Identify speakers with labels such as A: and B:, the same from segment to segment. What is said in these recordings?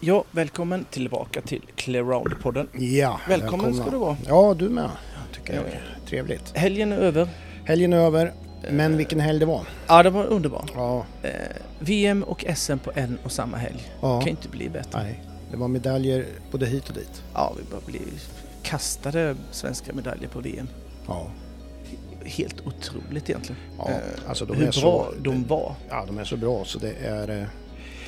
A: Ja, välkommen tillbaka till Clearound-podden.
B: Ja,
A: Välkommen ska du vara.
B: Ja, du med. Tycker jag.
A: Ja.
B: Trevligt.
A: Helgen är över.
B: Helgen är över,
A: Eh.
B: men vilken helg det var.
A: Ja, det var underbart.
B: Ja,
A: Eh, VM och SM på en och samma helg.
B: ja.
A: Kan ju inte bli bättre.
B: Nej, det var medaljer både hit och dit.
A: Ja, vi bara blir kastade svenska medaljer på VM.
B: Ja,
A: Helt otroligt egentligen.
B: ja.
A: Eh,
B: alltså de
A: Hur
B: är
A: bra
B: så...
A: de var.
B: Ja, de är så bra så det är... eh,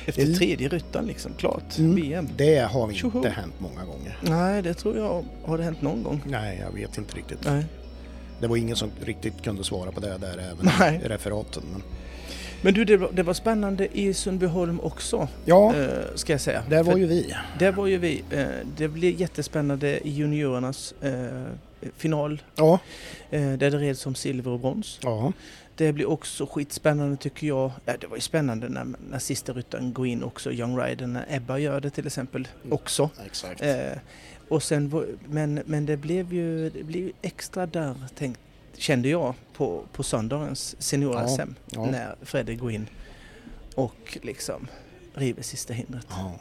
A: Efter
B: Det är-
A: tredje rutan liksom, klart.
B: Mm.
A: VM.
B: Det har inte
A: Tjoho.
B: hänt många gånger.
A: Nej, det tror jag. Har det hänt någon gång?
B: Nej, jag vet inte riktigt.
A: Nej.
B: Det var ingen som riktigt kunde svara på det där även
A: Nej.
B: i referaten. Men...
A: Men du, det var, det var spännande i Sundbyholm också,
B: Ja,
A: eh, ska jag säga.
B: där
A: För-
B: var ju vi.
A: Där var ju vi. eh, Det blev jättespännande i juniorernas eh, final
B: Ja,
A: eh, där det reds om silver och brons.
B: ja,
A: Det blir också skitspännande tycker jag. Ja, det var ju spännande när, när sista ryttaren går in också, Young Rider, när Ebba gör det till exempel
B: Mm.
A: också.
B: exakt.
A: Eh, och sen, var- men, men det blev ju det blev ju extra där tänkt, kände jag på, på söndagens senior-SM
B: Ja,
A: när Fredrik går in och liksom river sista hindret.
B: ja.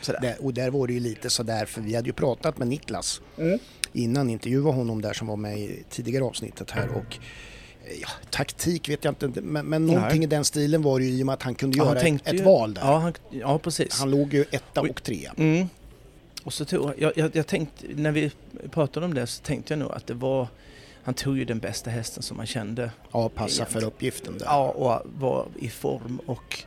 A: Sådär.
B: Där, och där var det ju lite sådär, för vi hade ju pratat med Niklas
A: Mm.
B: innan, intervjuade honom där som var med i tidigare avsnittet här och eh, ja, taktik vet jag inte, men, men någonting i den stilen var det ju i och med att han kunde
A: Ja, han
B: göra ett,
A: tänkte ju-
B: ett val där.
A: Ja, han, ja precis.
B: Han låg ju etta
A: Oj.
B: och trea.
A: Mm. Och så tog jag, jag, jag tänkte, när vi pratade om det så tänkte jag nog att det var, han tog ju den bästa hästen som han kände.
B: Ja, passa
A: Egentligen.
B: för uppgiften där.
A: Ja, och var i form och,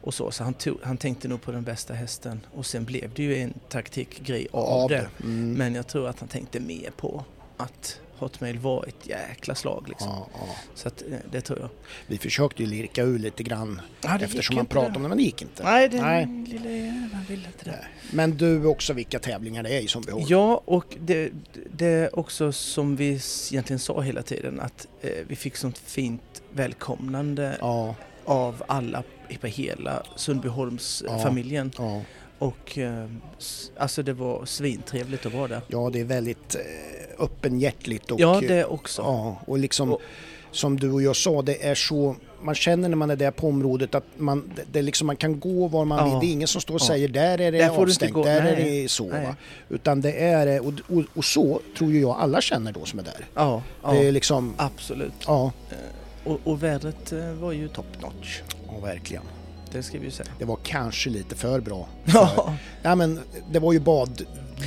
A: och så. Så han, tog, han tänkte nog på den bästa hästen och sen blev det ju en taktikgrej av,
B: Av
A: det.
B: det. Mm.
A: Men jag tror att han tänkte mer på att Hotmail var ett jäkla slag liksom.
B: Ja, ja.
A: Så att, eh, det tror jag.
B: Vi försökte ju lirka ur lite grann
A: Ja, det
B: eftersom
A: gick
B: han
A: inte
B: pratade
A: det.
B: om det, men det gick inte.
A: Nej, den
B: Nej.
A: lilla jäveln ville inte det.
B: Men du också vilka tävlingar det är i som vi har.
A: Ja, och det, det är också som vi s- egentligen sa hela tiden att eh, vi fick sånt fint välkomnande
B: Ja,
A: av alla i- på hela
B: Ja.
A: Sundbyholmsfamiljen.
B: ja.
A: Och eh, s- alltså det var svintrevligt att vara där.
B: ja, det är väldigt eh, öppenhjärtligt och eh,
A: Ja, det också.
B: Ja, och liksom
A: Och-
B: som du och jag sa, det är så man känner när man är där på området att man, det- det är liksom, man kan gå var man
A: Ja.
B: vill. Det är ingen som står och
A: Ja.
B: säger där är det
A: Där får du inte
B: avstängt,
A: gå."
B: där
A: Nej.
B: är det så.
A: Nej.
B: Va? Utan det är, och, och, och så tror ju jag alla känner då som är där.
A: Ja, ja
B: Det är liksom,
A: absolut.
B: ja,
A: Och, och vädret eh, var ju top notch.
B: ja, verkligen.
A: Det ska vi ju säga.
B: Det var kanske lite för bra.
A: Ja,
B: Nej men det var ju bad,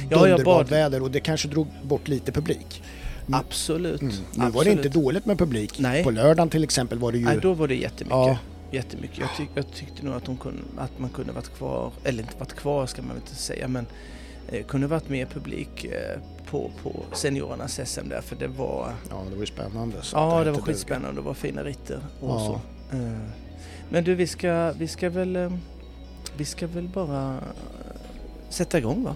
A: Ja, jag bad.
B: väder och det kanske drog bort lite publik.
A: absolut.
B: Mm. Nu
A: absolut.
B: var det inte dåligt med publik.
A: Nej.
B: På lördagen till exempel var det ju...
A: Nej, då var det jättemycket.
B: ja,
A: jättemycket. Jag, tyck, jag tyckte nog att, de kunde, att man kunde varit kvar, eller inte varit kvar ska man väl inte säga, men eh, kunde varit mer publik eh, på, på seniorernas SM där för det var,
B: ja, det var ju spännande. så att
A: ja det var
B: inte dog.
A: skitspännande, det var fina ritter och
B: Ja.
A: så. Eh, Men du vi ska, vi ska väl, eh, vi ska väl bara eh, sätta igång va?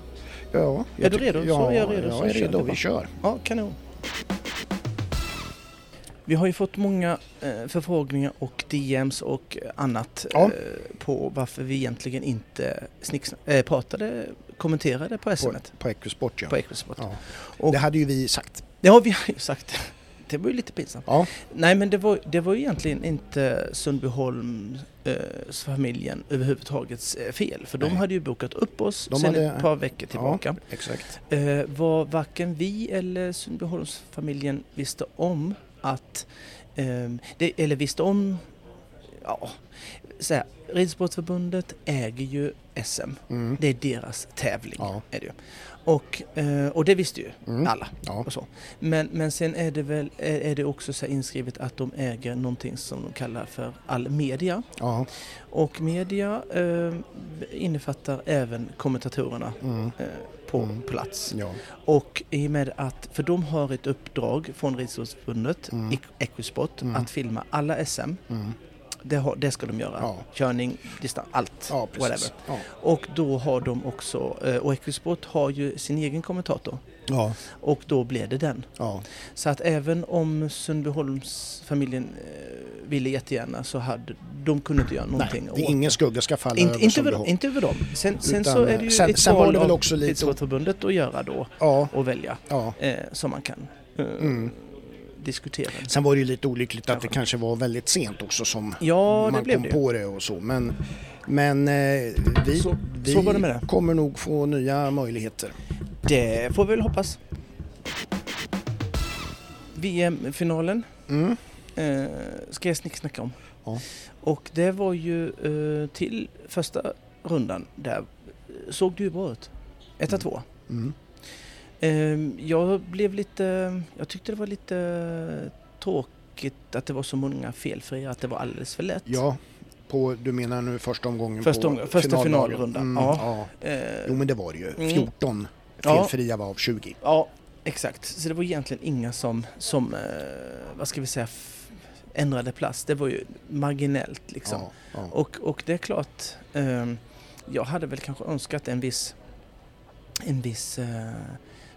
B: Ja, jag
A: du
B: tyck-
A: redo? Så
B: Ja,
A: är jag redo, så
B: jag är
A: kör
B: redo.
A: vi bara.
B: Vi kör.
A: Ja, kanon. Vi har ju fått många eh, förfrågningar och DMs och eh, annat
B: Ja.
A: eh, på varför vi egentligen inte snicks- eh, pratade, kommenterade på
B: På,
A: SMet
B: på Ecosport ja.
A: på Ecosport.
B: ja.
A: Och-
B: Det hade ju vi sagt.
A: Det har vi ju sagt. Det var ju lite pinsamt.
B: Ja.
A: Nej men det var, det var ju egentligen inte Sundbyholms eh, familjen överhuvudtagets eh, fel. För de
B: Nej.
A: hade ju bokat upp oss
B: De
A: sedan
B: hade-
A: ett par veckor tillbaka.
B: Ja, exakt.
A: Eh, vad varken vi eller Sundbyholmsfamiljen visste om att... Eh, det, eller visste om... Ja, så här, Ridsportförbundet äger ju SM.
B: Mm.
A: Det är deras tävling.
B: Ja.
A: Är det ju. Och, eh, och det visste ju
B: Mm.
A: alla.
B: Ja.
A: Och så. Men, men sen är det väl eh, är, är det också så här inskrivet att de äger någonting som de kallar för all media.
B: Ja.
A: Och media eh, innefattar även kommentatorerna
B: Mm.
A: eh, på
B: Mm.
A: plats.
B: ja.
A: Och i och med att, för de har ett uppdrag från Ridsportförbundet,
B: Mm.
A: mm. Equisport,
B: Mm.
A: att filma alla SM.
B: Mm.
A: Det, har, det ska de göra.
B: Ja.
A: Körning, distans, allt.
B: ja, precis.
A: Whatever.
B: Ja.
A: Och då har de också, eh, och Equisport har ju sin egen kommentator.
B: Ja.
A: Och då blir det den.
B: Ja.
A: Så att även om Sundbyholmsfamiljen eh, ville jättegärna så hade de kunde inte göra någonting
B: Nej, det är
A: åt
B: ingen skugga ska falla
A: inte,
B: över
A: inte,
B: som
A: över,
B: du
A: dem-
B: har.
A: inte över dem. Sen, sen
B: Utan,
A: så är
B: eh,
A: det ju
B: sen-
A: ett
B: sen var
A: val
B: det väl
A: av
B: också lite-
A: Ridsportförbundet att göra då
B: Ja.
A: och välja
B: Ja.
A: eh, som man kan. Eh,
B: Mm.
A: diskutera.
B: Sen var det ju lite olyckligt att det kanske var väldigt sent också som
A: Ja, det
B: man
A: blev
B: kom
A: det ju.
B: på det och så. Men, men eh, vi,
A: Så-
B: vi
A: så var det med det.
B: kommer nog få nya möjligheter.
A: Det får vi väl hoppas. VM-finalen
B: Mm.
A: eh, ska jag snicksnacka om.
B: Ja.
A: Och det var ju eh, till första rundan där såg du ju bra ut. Etta,
B: Mm.
A: tvåa.
B: Mm.
A: Ehm, Jag blev lite, jag tyckte det var lite tråkigt att det var så många felfria, att det var alldeles för lätt.
B: Ja, på, du menar nu första omgången
A: Första
B: på
A: omgången, första
B: finaldagen.
A: finalrundan,
B: Mm,
A: ja.
B: ja.
A: Ehm,
B: Jo men det var det ju.
A: Mm.
B: 14
A: Ja.
B: felfria var av 20.
A: ja, exakt. Så det var egentligen inga som, som eh, vad ska vi säga, f- ändrade plats. Det var ju marginellt liksom.
B: Ja, ja.
A: Och, och det är klart, ehm, jag hade väl kanske önskat en viss, en viss eh,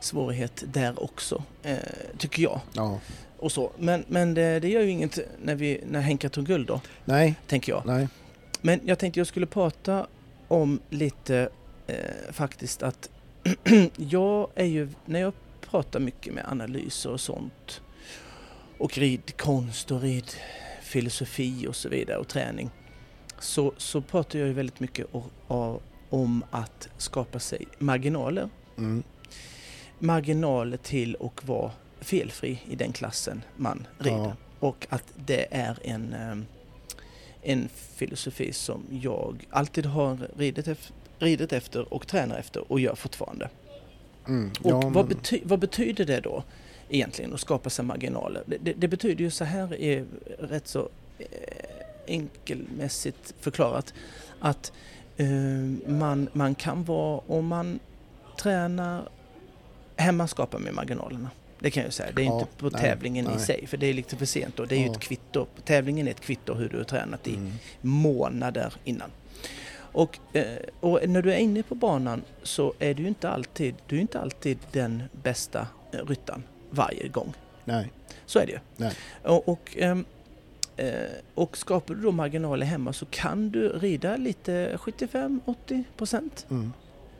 A: svårighet där också, eh, tycker jag.
B: ja.
A: Och så. Men, men det, det gör ju inget när, vi, när Henka tog guld då,
B: Nej,
A: tänker jag.
B: nej.
A: Men jag tänkte jag skulle prata om lite eh, faktiskt att jag är ju, när jag pratar mycket med analyser och sånt och ridkonst och ridfilosofi och så vidare och träning så, så pratar jag ju väldigt mycket o- o- om att skapa sig marginaler.
B: Mm.
A: Marginaler till att vara felfri i den klassen man rider.
B: Ja.
A: Och att det är en, eh, en filosofi som jag alltid har ridit, ef- ridit efter och tränar efter och gör fortfarande.
B: Mm.
A: Och
B: Ja,
A: vad,
B: men-
A: bety- vad betyder det då egentligen att skapa sig marginaler? Det, det, det betyder ju så här är rätt så eh, enkelmässigt förklarat att eh, man, man kan vara om man tränar hemma skapar med marginalerna. Det kan jag ju säga. Det är
B: Ja,
A: inte på
B: nej,
A: tävlingen i
B: nej.
A: sig för det är lite för sent då. Det är ju
B: Ja.
A: ett kvitto. Tävlingen är ett kvitto hur du har tränat i
B: Mm.
A: månader innan. Och, eh, och när du är inne på banan så är du ju inte alltid, du är inte alltid den bästa eh, ryttaren varje gång.
B: Nej.
A: Så är det ju.
B: Nej.
A: Och, och, ehm, eh, och skapar du då marginaler hemma så kan du rida lite 75-80 procent
B: Mm.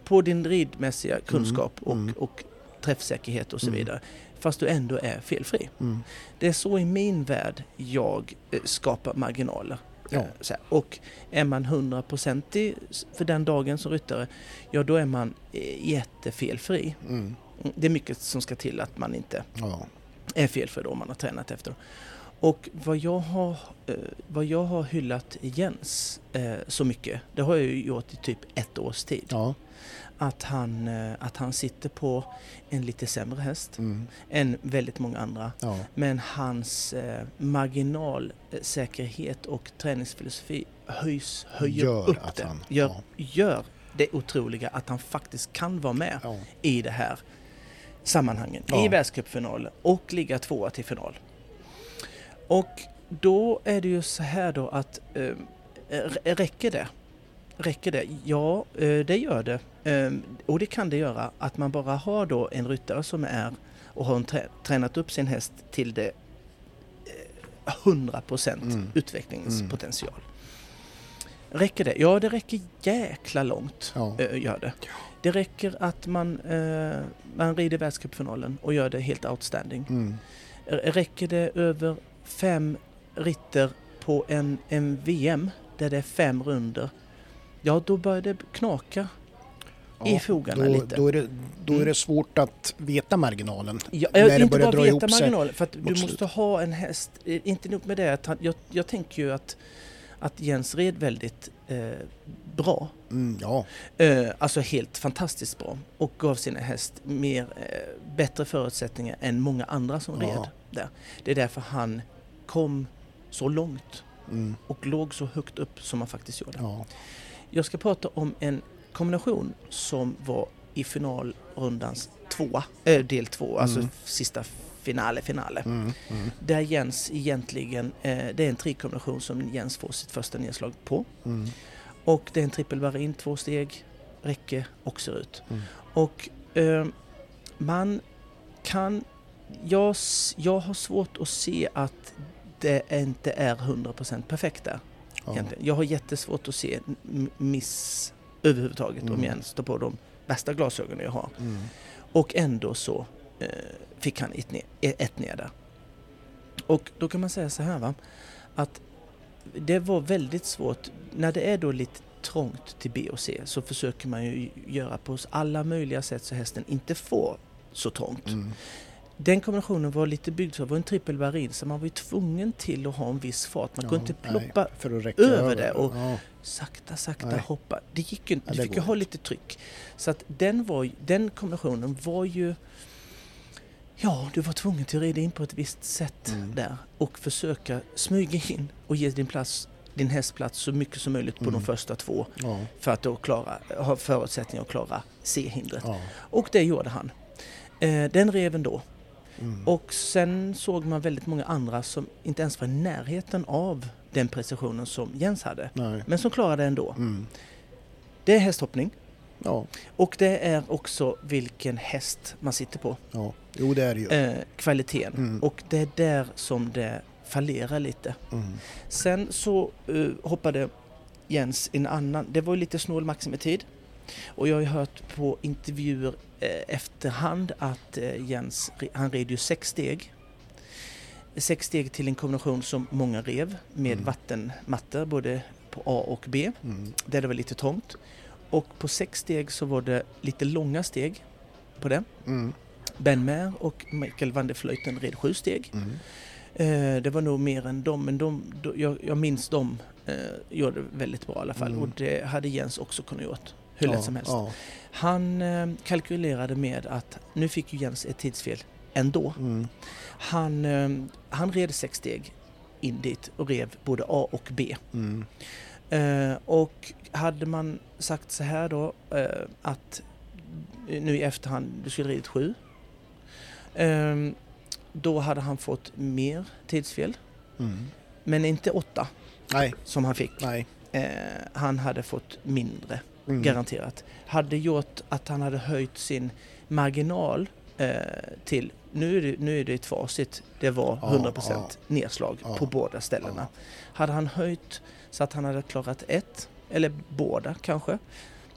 A: på din ridmässiga kunskap och,
B: mm.
A: och träffsäkerhet och så
B: Mm.
A: vidare. Fast du ändå är felfri.
B: Mm.
A: Det är så i min värld jag eh, skapar marginaler.
B: Ja.
A: Eh, Så här. Och är man hundraprocentig s- för den dagen som ryttare, ja då är man eh, jättefelfri.
B: Mm.
A: Mm, Det är mycket som ska till att man inte
B: Ja.
A: är felfri då om man har tränat efter. Och vad jag har, eh, vad jag har hyllat Jens eh, så mycket, det har jag ju gjort i typ ett års tid,
B: Ja.
A: att han, eh, att han sitter på en lite sämre häst
B: Mm.
A: än väldigt många andra
B: Ja.
A: men hans eh, marginalsäkerhet och träningsfilosofi höjs, höjer
B: Gör
A: upp
B: att
A: det.
B: han-
A: gör,
B: ja.
A: gör det otroliga att han faktiskt kan vara med
B: Ja.
A: i det här sammanhangen. I
B: Ja.
A: världscupfinalen och ligga tvåa till final. Och då är det ju så här då att eh, r- räcker det? Räcker det? Ja, eh, det gör det. Eh, och det kan det göra att man bara har då en ryttare som är och har en trä- tränat upp sin häst till det eh, 100%
B: Mm.
A: utvecklingspotential. Räcker det? Ja, det räcker jäkla långt.
B: Ja.
A: eh, Gör det. Det räcker att man, eh, man rider världscupfinalen och gör det helt outstanding.
B: Mm.
A: R- Räcker det över fem ritter på en, en VM där det är fem runder, ja då börjar det knaka i fogarna
B: då,
A: lite.
B: Då är, det, då är
A: Mm.
B: det svårt att veta marginalen.
A: Ja,
B: när det
A: inte
B: börjar
A: bara
B: dra
A: veta
B: ihop sig
A: marginalen, för att du
B: mot
A: måste
B: slutet.
A: ha en häst. Eh, Inte nog med det, att han, jag, jag tänker ju att, att Jens red väldigt eh, bra.
B: Mm, ja.
A: Eh, alltså helt fantastiskt bra och gav sin häst mer, eh, bättre förutsättningar än många andra som
B: Ja.
A: red där. Det är därför han kom så långt
B: Mm,
A: och låg så högt upp som han faktiskt gjorde.
B: ja.
A: Jag ska prata om en kombination som var i finalrundans tvåa, eh, del två, alltså
B: Mm.
A: sista finale, finale.
B: Mm, mm,
A: Där Jens egentligen, eh, det är en trikombination som Jens får sitt första nedslag på.
B: mm,
A: Och det är en trippelvarin, två steg, räcke och ser ut.
B: Mm.
A: Och eh, man kan... Jag, s- jag har svårt att se att det inte är 100% perfekt där.
B: ja.
A: Egentligen. Jag har jättesvårt att se m- miss överhuvudtaget om
B: Mm.
A: jag ens tar på de bästa glasögonen jag har.
B: Mm,
A: Och ändå så eh, fick han ett, ne- ett ner där. Och då kan man säga så här va, att det var väldigt svårt, när det är då lite trångt till B och C så försöker man ju göra på alla möjliga sätt så hästen inte får så trångt.
B: Mm.
A: Den kombinationen var lite byggd så, det var en trippelvarin så man var ju tvungen till att ha en viss fart. Man kunde inte
B: nej,
A: ploppa
B: för att räcka
A: över det och-
B: ja.
A: sakta, sakta
B: Nej.
A: hoppa. Det gick ju inte,
B: Ja,
A: du
B: det
A: fick ju
B: går
A: ha
B: inte.
A: lite tryck. Så att den, var, ju- den kombinationen var ju... Ja, du var tvungen till att rida in på ett visst sätt
B: Mm.
A: där och försöka smyga in och ge din, plats, din häst plats så mycket som möjligt på
B: Mm.
A: de första två
B: Ja.
A: för att då klara, ha förutsättningar att klara C-hindret.
B: Ja.
A: Och det gjorde han. Eh, Den rev ändå.
B: Mm.
A: Och sen såg man väldigt många andra som inte ens var i närheten av den precisionen som Jens hade.
B: Nej.
A: Men som klarade det ändå.
B: Mm.
A: Det är hästhoppning
B: Ja.
A: och det är också vilken häst man sitter på,
B: ja, jo det är det ju.
A: eh, kvaliteten.
B: Mm.
A: Och det är där som det fallerar lite.
B: Mm.
A: Sen så eh, hoppade Jens en annan, det var ju lite snål maximitid. Och jag har ju hört på intervjuer eh, efterhand att eh, Jens, ri- han red ju sex steg. Sex steg till en kombination som många rev med
B: Mm.
A: vattenmattor både på A och B
B: Mm.
A: där det var lite trångt. Och på sex steg så var det lite långa steg på det.
B: Mm.
A: Ben Mair och Michael van der Vleuten red sju steg.
B: Mm.
A: Eh, det var nog mer än dem, men de, de, jag, jag minns dem eh, gjorde väldigt bra i alla fall.
B: Mm.
A: Och det hade Jens också kunnat gjort hur lätt
B: ja,
A: som helst.
B: Ja.
A: Han eh, kalkylerade med att nu fick ju Jens ett tidsfel ändå.
B: Mm.
A: Han, eh, han red sex steg in dit och rev både A och B.
B: Mm.
A: Eh, och hade man sagt så här då eh, att nu i efterhand, du skulle ridit sju. Ehm, då hade han fått mer tidsfel,
B: Mm.
A: men inte åtta
B: Nej,
A: som han fick.
B: nej.
A: Eh, han hade fått mindre,
B: Mm.
A: garanterat. Hade gjort att han hade höjt sin marginal eh, till, nu är, det, nu är det ett facit, det var
B: Ja,
A: 100% nedslag
B: ja,
A: på båda ställena. Hade han höjt så att han hade klarat ett, eller båda kanske,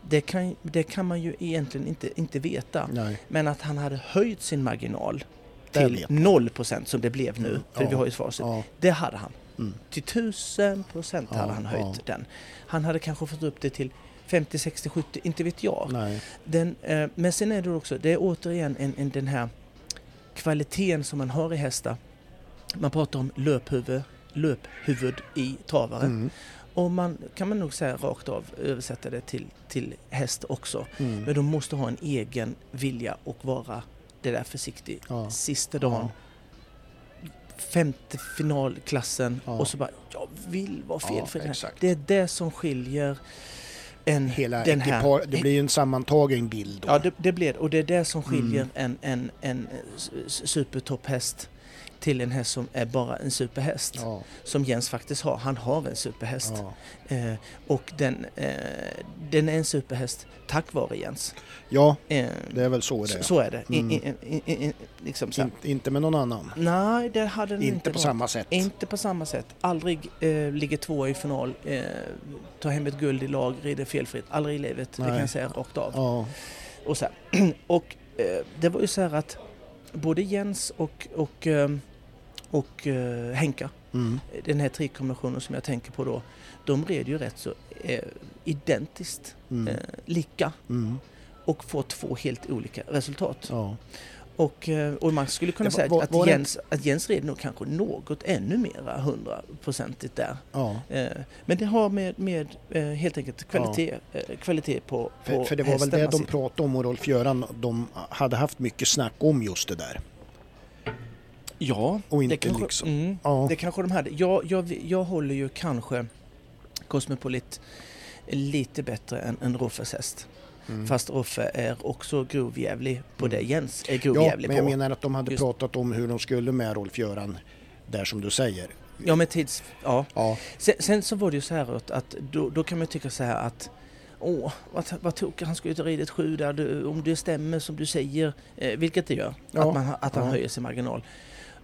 A: det kan, det kan man ju egentligen inte, inte veta.
B: Nej.
A: Men att han hade höjt sin marginal
B: Det
A: till
B: vet
A: 0% som det blev nu,
B: Mm,
A: för
B: ja,
A: vi har ju ett facit,
B: Ja.
A: det hade han.
B: Mm.
A: Till 1000 procent hade
B: Ja,
A: han höjt
B: ja.
A: den. Han hade kanske fått upp det till 50, 60, 70, inte vet jag.
B: Nej.
A: Den, eh, men sen är det också, det är återigen en, en, den här kvaliteten som man har i hästar. Man pratar om löphuvud, löphuvud i travare.
B: Mm.
A: Och man kan man nog säga rakt av översätta det till, till häst också. Men
B: Mm.
A: de måste ha en egen vilja och vara det där försiktig.
B: Ja.
A: Sista dagen, femte finalklassen
B: Ja.
A: och så bara jag vill vara
B: Ja,
A: felfri.
B: exakt.
A: det är det som skiljer en,
B: Hela
A: den här.
B: ekipar- det blir ju en sammantagen bild då.
A: Ja, det, det blir det. Och det är det som skiljer
B: Mm.
A: en, en, en eh, s- s- supertopphäst till en häst som är bara en superhäst.
B: ja.
A: Som Jens faktiskt har. Han har en superhäst.
B: Ja.
A: Eh, och den, eh, den är en superhäst tack vare Jens.
B: ja,
A: Eh,
B: det är väl så det
A: så,
B: är.
A: så är det. I,
B: Mm.
A: i, i, i, i, liksom så. här.
B: In, inte med någon annan.
A: Nej, det hade den inte,
B: Inte på
A: varit.
B: samma sätt.
A: Inte på samma sätt. Aldrig eh, ligger tvåa i final, eh, tar hem ett guld i lag, rider felfritt. Aldrig i livet, det
B: Nej.
A: kan jag säga rakt av.
B: Ja.
A: Och, så här. och eh, det var ju så här att både Jens och, och, eh, och eh, Henka,
B: Mm.
A: den här trikombinationen som jag tänker på då, de red ju rätt så eh, identiskt
B: Mm.
A: eh, lika
B: Mm.
A: och får två helt olika resultat.
B: Ja.
A: Och, eh, och man skulle kunna
B: Ja,
A: säga
B: var-
A: att,
B: var det-
A: Jens, att Jens red nog kanske något ännu mera hundraprocentigt där.
B: ja.
A: Eh, Men det har med, med eh, helt enkelt kvalitet, eh, kvalitet på, på
B: För, för det var väl
A: hästen alltså.
B: det
A: man
B: de
A: sitter-
B: pratade om och Rolf-Göran, de hade haft mycket snack om just det där.
A: Ja,
B: Och inte
A: det kanske,
B: liksom...
A: mm,
B: Ja.
A: det kanske de hade. Jag, jag, jag håller ju kanske Cosmopolit lite bättre än, än Roffes häst.
B: Mm.
A: Fast Roffe är också grovjävlig på
B: Mm.
A: det Jens är
B: ja,
A: grovjävlig
B: men jag
A: på.
B: menar att de hade
A: Just-
B: pratat om hur de skulle med Rolf-Göran, där som du säger.
A: Ja, men tids... Ja.
B: Ja,
A: Sen, sen så var det ju så här att, att då, då kan man ju tycka så här att Åh, vad, vad tokigt, han skulle ju ta ridit sju där, du, om det stämmer som du säger, eh, vilket det gör,
B: Ja.
A: att, man, ha- att han
B: Ja.
A: höjer sin marginal.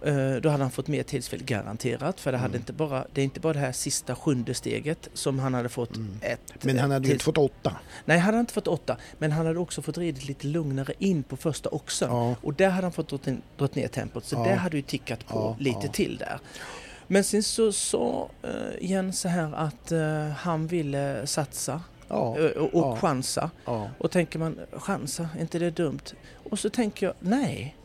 A: Eh, Då hade han fått mer tidsfel garanterat för det, hade
B: Mm.
A: inte bara, det är inte bara det här sista sjunde steget som han hade fått
B: Mm.
A: ett...
B: Men han hade ju
A: till-
B: inte fått åtta.
A: Nej, han hade inte fått åtta, men han hade också fått ridit lite lugnare in på första oxen.
B: Ja.
A: Och där hade han fått dragit in- dragit ner tempot, så
B: Ja.
A: det hade ju tickat på
B: Ja,
A: lite
B: ja.
A: till där. Men sen så sa eh, Jens så här att eh, han ville satsa
B: Ja.
A: eh, och, och
B: Ja.
A: chansa.
B: ja.
A: Och tänker man, chansa, är inte det dumt? Och så tänker jag, nej,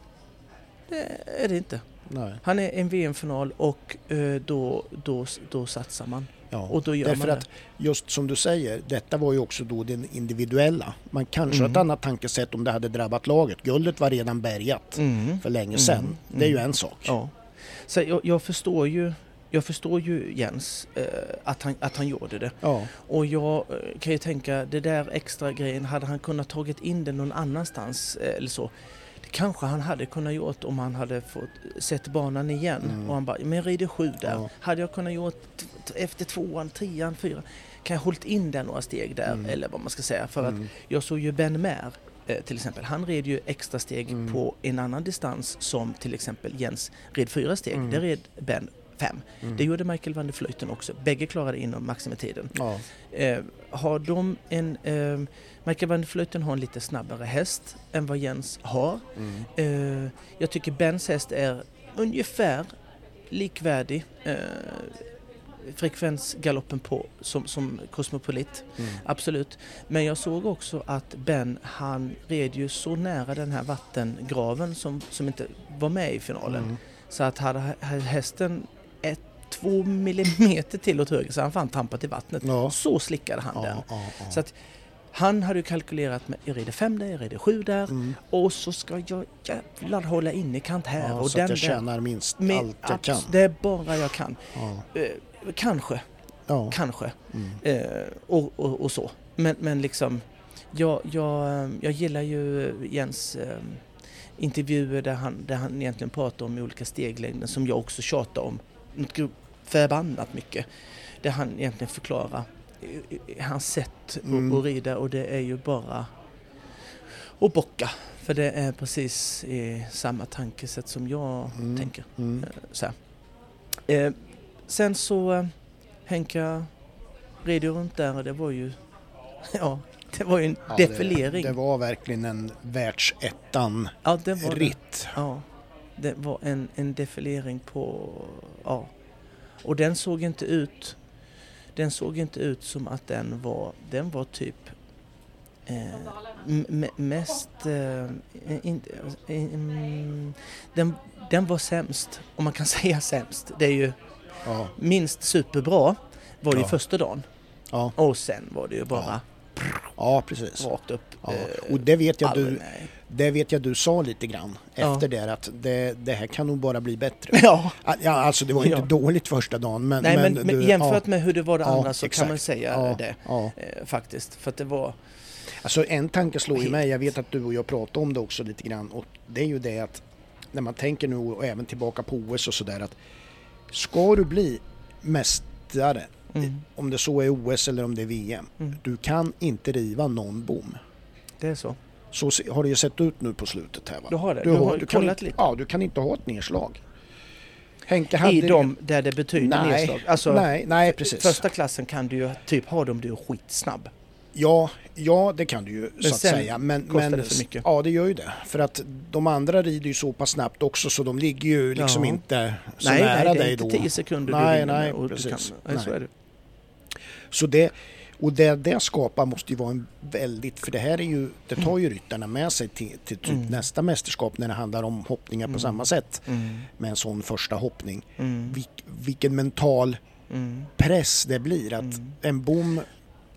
A: det är det inte.
B: Nej.
A: Han är en VM-final och eh, då, då, då satsar man.
B: Ja.
A: Och då gör
B: Därför
A: man
B: att just som du säger, detta var ju också då den individuella. Man kanske har
A: Mm.
B: ett annat tankesätt om det hade drabbat laget. Guldet var redan bärgat
A: det. Mm.
B: för länge
A: Mm.
B: sedan. Det är ju
A: Mm.
B: en sak.
A: Ja. Så jag, jag, förstår ju, jag förstår ju Jens eh, att, han, att han gjorde det.
B: Ja.
A: Och jag eh, kan ju tänka, det där extra grejen, hade han kunnat tagit in det någon annanstans eh, eller så? Det kanske han hade kunnat gjort om han hade fått eh, sett banan igen.
B: Mm.
A: Och han bara, men jag rider sju där.
B: Ja.
A: Hade jag kunnat gjort t- t- efter tvåan, trean, fyran? Kan jag hållit in den några steg där
B: Mm.
A: eller vad man ska säga? För att
B: Mm.
A: jag såg ju Ben Mer eh, till exempel, han red ju extra steg
B: Mm.
A: på en annan distans som till exempel Jens red fyra steg,
B: Mm.
A: där red Ben fem.
B: Mm.
A: Det gjorde Michael van der Vleuten också, bägge klarade inom maximitiden.
B: Mm. Ja.
A: Eh, har de en... Eh, Michael van der Vleuten har en lite snabbare häst än vad Jens har.
B: Mm.
A: Eh, jag tycker Bens häst är ungefär likvärdig eh, frekvensgaloppen på som, som Cosmopolit.
B: Mm.
A: Absolut. Men jag såg också att Ben, han red ju så nära den här vattengraven som, som inte var med i finalen.
B: Mm.
A: Så att hade hä- hästen ett, två millimeter till åt höger så hade han fan trampat i vattnet.
B: Ja.
A: Och så slickade han den.
B: Ja, ja, ja.
A: Så att han hade ju kalkylerat med, jag rider fem där, jag rider sju där
B: Mm.
A: och så ska jag jävlar hålla innekant här
B: ja,
A: eh, och
B: så
A: den
B: att jag
A: där.
B: tjänar minst
A: Med
B: allt jag
A: abs-
B: kan.
A: Det är bara jag kan.
B: Ja.
A: Eh, kanske,
B: Ja.
A: kanske.
B: Mm.
A: Eh, och, och, och så. Men, men liksom, jag, jag, eh, jag gillar ju Jens eh, intervjuer där han, där han egentligen pratar om olika steglängden som jag också tjatar om. Något gro- förbannat mycket. Där han egentligen förklarar eh, eh, hans sätt att-
B: Mm.
A: att rida och det är ju bara att bocka. För det är precis i samma tankesätt som jag
B: Mm.
A: tänker.
B: Mm.
A: Eh, Så här. Eh, sen så eh, Henka red ju runt där och det var ju ja, det var ju en
B: Ja,
A: defilering.
B: Det, det var verkligen en världsettan-ritt.
A: ja, det var det. Ja, det var en, en defilering på ja. Och den såg inte ut den såg inte ut som att den var den var typ Eh, m- m- mest... Eh, in, eh, mm, den, den var sämst, om man kan säga sämst. Det är ju
B: Ja.
A: minst superbra var det ju
B: Ja.
A: första dagen.
B: Ja.
A: Och sen var det ju bara
B: ja, precis.
A: rakt upp.
B: Ja.
A: eh,
B: Och det vet jag
A: aldrig,
B: du
A: nej.
B: Det vet jag du sa lite grann
A: Ja.
B: efter det att det, det här kan nog bara bli bättre.
A: Ja,
B: Ah, Ja, alltså det var inte
A: Ja.
B: dåligt första dagen men...
A: nej men, men,
B: du-
A: jämfört
B: ja,
A: med hur det var det
B: Ja,
A: andra så kan man
B: exakt.
A: säga
B: ja,
A: det.
B: Ja.
A: Eh, faktiskt, för att det var...
B: Alltså en tanke slår ju
A: Helt.
B: mig, jag vet att du och jag pratade om det också lite grann och det är ju det att när man tänker nu och även tillbaka på OS och sådär att ska du bli mästare,
A: Mm,
B: om det så är OS eller om det är VM,
A: mm,
B: du kan inte riva någon bom.
A: det är så.
B: Så se- har det ju sett ut nu på slutet här va?
A: Du har det. Du har
B: kan
A: kollat
B: inte,
A: lite.
B: Ja, du kan inte ha ett nedslag. Henke hade
A: I
B: ju-
A: de där det betyder
B: Nej,
A: nedslag. Alltså,
B: nej, nej precis.
A: Första klassen kan du ju typ ha det om du är skitsnabb.
B: Ja, ja, det kan du ju så att
A: sen
B: säga. Men,
A: kostar
B: men,
A: det för mycket.
B: Ja, det gör ju det. För att de andra rider ju så pass snabbt också så de ligger ju liksom
A: Ja.
B: inte så
A: nej,
B: nära
A: nej, det är
B: dig
A: inte
B: då.
A: 10 sekunder
B: Nej,
A: du vinner
B: nej,
A: med och
B: precis.
A: du kan... Nej, så
B: Nej.
A: är det.
B: Så det, och det det skapar måste ju vara en väldigt, för det här är ju, det tar ju ryttarna med sig till, till typ
A: Mm.
B: nästa mästerskap när det handlar om hoppningar på
A: Mm.
B: samma sätt
A: Mm,
B: med en sån första hoppning.
A: mm,
B: Vilk, vilken mental
A: mm,
B: press det blir att
A: mm.
B: en bom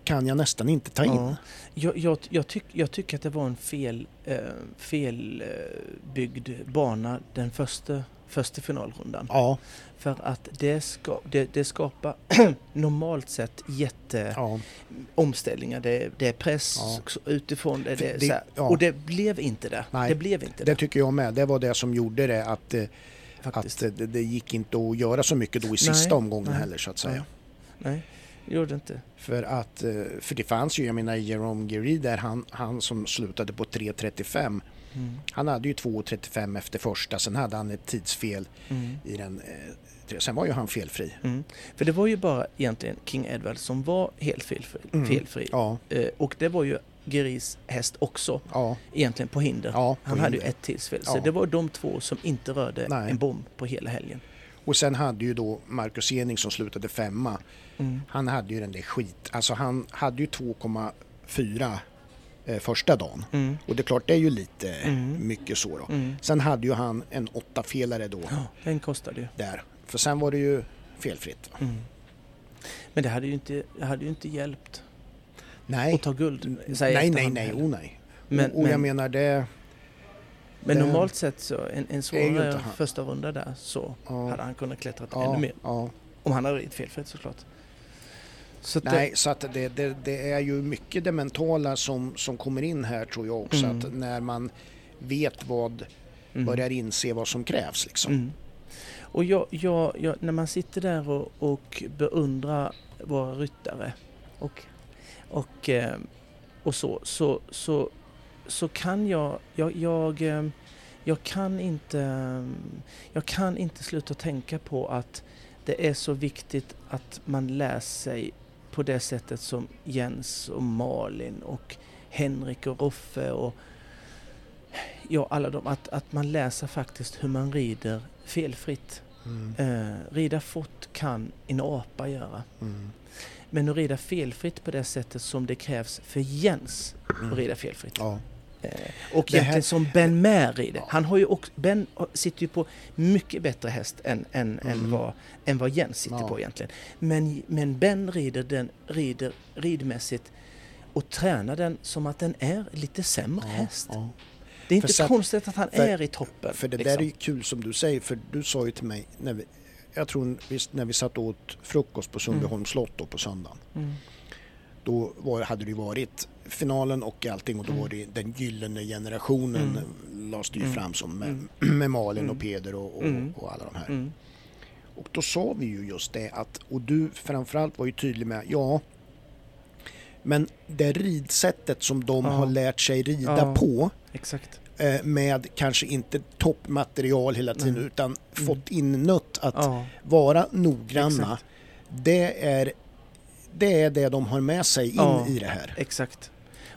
B: kan jag nästan inte ta in.
A: Ja. Jag, jag, jag, tyck, jag tycker att det var en fel, eh, fel eh, byggd bana den första, första finalrundan.
B: Ja,
A: För att det, ska, det, det skapar normalt sett
B: ja.
A: jätteomställningar. Det, det är press
B: Ja.
A: också utifrån. Det, det, är
B: Det-
A: så här.
B: ja.
A: Och det blev inte det.
B: Nej,
A: det blev inte det,
B: Det tycker jag med. Det var det som gjorde det att eh,
A: faktiskt.
B: Att eh, det, det gick inte att göra så mycket då i sista omgången
A: nej.
B: heller så att säga.
A: Nej. gjorde inte.
B: För att, eh, för det fanns ju, jag menar Jerome Guéry där, han, han som slutade på 3.35,
A: Mm.
B: han hade ju 2.35 efter första, sen hade han ett tidsfel
A: Mm.
B: i den, eh, tre- sen var ju han felfri.
A: Mm. För det var ju bara egentligen King Edward som var helt felfri.
B: Mm.
A: felfri.
B: Ja,
A: Eh, och det var ju Geris häst också,
B: ja,
A: egentligen på hinder.
B: ja. på
A: Han hade ju
B: hinder.
A: ett tidsfel, så
B: Ja.
A: det var de två som inte rörde
B: Nej.
A: en bom på hela helgen.
B: Och sen hade ju då Marcus Ening som slutade femma,
A: Mm.
B: han hade ju den där skit, alltså han hade ju 2,4 eh, första dagen.
A: Mm.
B: Och det är klart, det är ju lite
A: Mm.
B: mycket så då.
A: Mm.
B: Sen hade ju han en åtta felare då,
A: Ja, den kostade ju.
B: där. För sen var det ju felfritt.
A: Mm. Men det hade ju inte, det hade ju inte hjälpt
B: Nej,
A: att ta guld. så här i
B: nej, nej,
A: efterhand
B: nej,
A: heller.
B: oh, nej.
A: Men,
B: och, och jag
A: men,
B: menar det...
A: men
B: det-
A: normalt sett så, en, en
B: ju inte
A: svårare
B: han.
A: första runda där så
B: Ja,
A: hade han kunnat klättra
B: ja,
A: ännu mer.
B: Ja.
A: Om han hade ridit felfritt såklart. Så att det,
B: Nej, så att det, det, det är ju mycket det mentala som, som kommer in här tror jag också.
A: Mm.
B: Att när man vet vad,
A: Mm.
B: börjar inse vad som krävs liksom.
A: Mm. Och jag, jag, jag, när man sitter där och, och beundrar våra ryttare och, och, eh, och så, så, så, så kan jag, jag, jag, eh, jag kan inte, eh, jag kan inte sluta tänka på att det är så viktigt att man lär sig på det sättet som Jens och Malin och Henrik och Roffe och ja, alla dem, att, att man läser faktiskt hur man rider felfritt.
B: Mm.
A: Eh, rida fort kan en apa göra,
B: Mm.
A: men att rida felfritt på det sättet som det krävs för Jens att
B: Mm.
A: rida felfritt.
B: Ja.
A: Eh, och
B: Det här-
A: egentligen som Ben Mär rider.
B: Ja.
A: Han har ju också, ben har- sitter ju på mycket bättre häst än, än,
B: Mm.
A: än, vad, än vad Jens sitter
B: Ja.
A: på egentligen. Men, men Ben rider den rider ridmässigt och tränar den som att den är lite sämre
B: Ja,
A: häst.
B: ja.
A: Det är inte
B: För så att-
A: konstigt att han
B: för-
A: är i toppen.
B: För det
A: liksom.
B: där är ju kul som du säger, för du sa ju till mig, när vi, jag tror visst, när vi satt och åt frukost på Sundbyholms slott då på söndagen.
A: Mm.
B: Då var, hade det ju varit finalen och allting och då
A: Mm.
B: var det den gyllene generationen lades det ju
A: Mm.
B: fram som med,
A: Mm.
B: med Malin
A: Mm.
B: och Peder och, och,
A: Mm.
B: och alla de här.
A: Mm.
B: Och då sa vi ju just det att, och du framförallt var ju tydlig med, ja men det ridsättet som de
A: Ja.
B: har lärt sig rida
A: Ja.
B: på
A: Exakt.
B: eh, med kanske inte toppmaterial hela tiden
A: Nej.
B: utan
A: Mm.
B: fått innött att
A: Ja.
B: vara noggranna.
A: Exakt.
B: Det är, det är det de har med sig in
A: Ja.
B: i det här.
A: Exakt.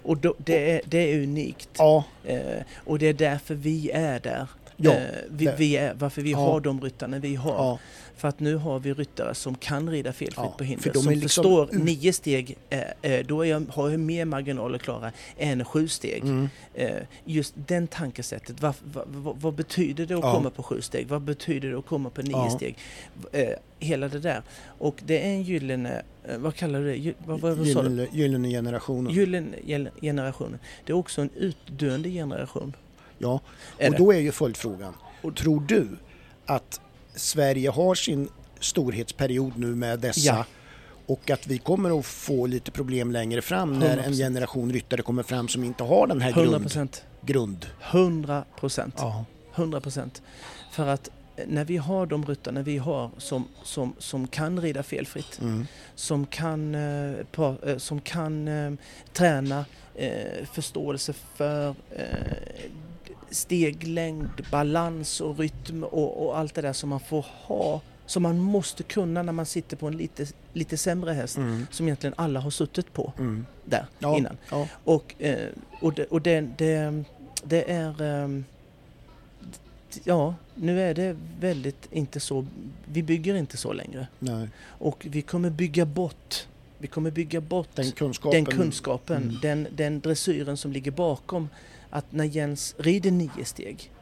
A: Och då, det, är, det är unikt.
B: Ja,
A: Eh, och det är därför vi är där.
B: Ja,
A: eh, vi,
B: det-
A: vi är, varför vi
B: Ja.
A: har de ryttarna vi har.
B: ja,
A: För att nu har vi ryttare som kan rida felfritt
B: Ja,
A: på hinder.
B: för de
A: som
B: är liksom
A: förstår
B: ut-
A: nio steg, eh, eh, då är jag, har jag mer marginaler klara än sju steg.
B: mm,
A: Eh, just den tankesättet. Vad, vad, vad, vad betyder det att
B: Ja.
A: komma på sju steg? Vad betyder det att komma på nio
B: Ja.
A: steg? Eh, hela det där. Och det är en gyllene, eh, vad kallar du det? Gy- Vad, vad, vad sa du?
B: gyllene, gyllene generationen.
A: Gyllene gel- generationen. Det är också en utdöende generation.
B: Ja,
A: Är
B: och
A: det?
B: då är ju följdfrågan.
A: Och-
B: Tror du att Sverige har sin storhetsperiod nu med dessa
A: Ja.
B: och att vi kommer att få lite problem längre fram när en
A: 100%.
B: generation ryttare kommer fram som inte har den här grund,
A: 100%.
B: grund?
A: 100%.
B: Ja.
A: 100%. För att eh, när vi har de ryttarna vi har som, som, som kan rida felfritt,
B: Mm.
A: som kan, eh, pra, eh, som kan eh, träna eh, förståelse för eh, steglängd, balans och rytm och, och allt det där som man får ha, som man måste kunna när man sitter på en lite, lite sämre häst,
B: Mm.
A: som egentligen alla har suttit på
B: Mm.
A: där
B: Ja,
A: innan.
B: ja.
A: Och, eh, och, det, och det, det, det är... ehm, d- Ja, nu är det väldigt inte så... Vi bygger inte så längre.
B: Nej.
A: Och vi kommer bygga bort... Vi kommer bygga bort
B: Den
A: den,
B: kunskapen.
A: kunskapen,
B: Mm.
A: den, den dressyren som ligger bakom. Att när Jens rider nio steg,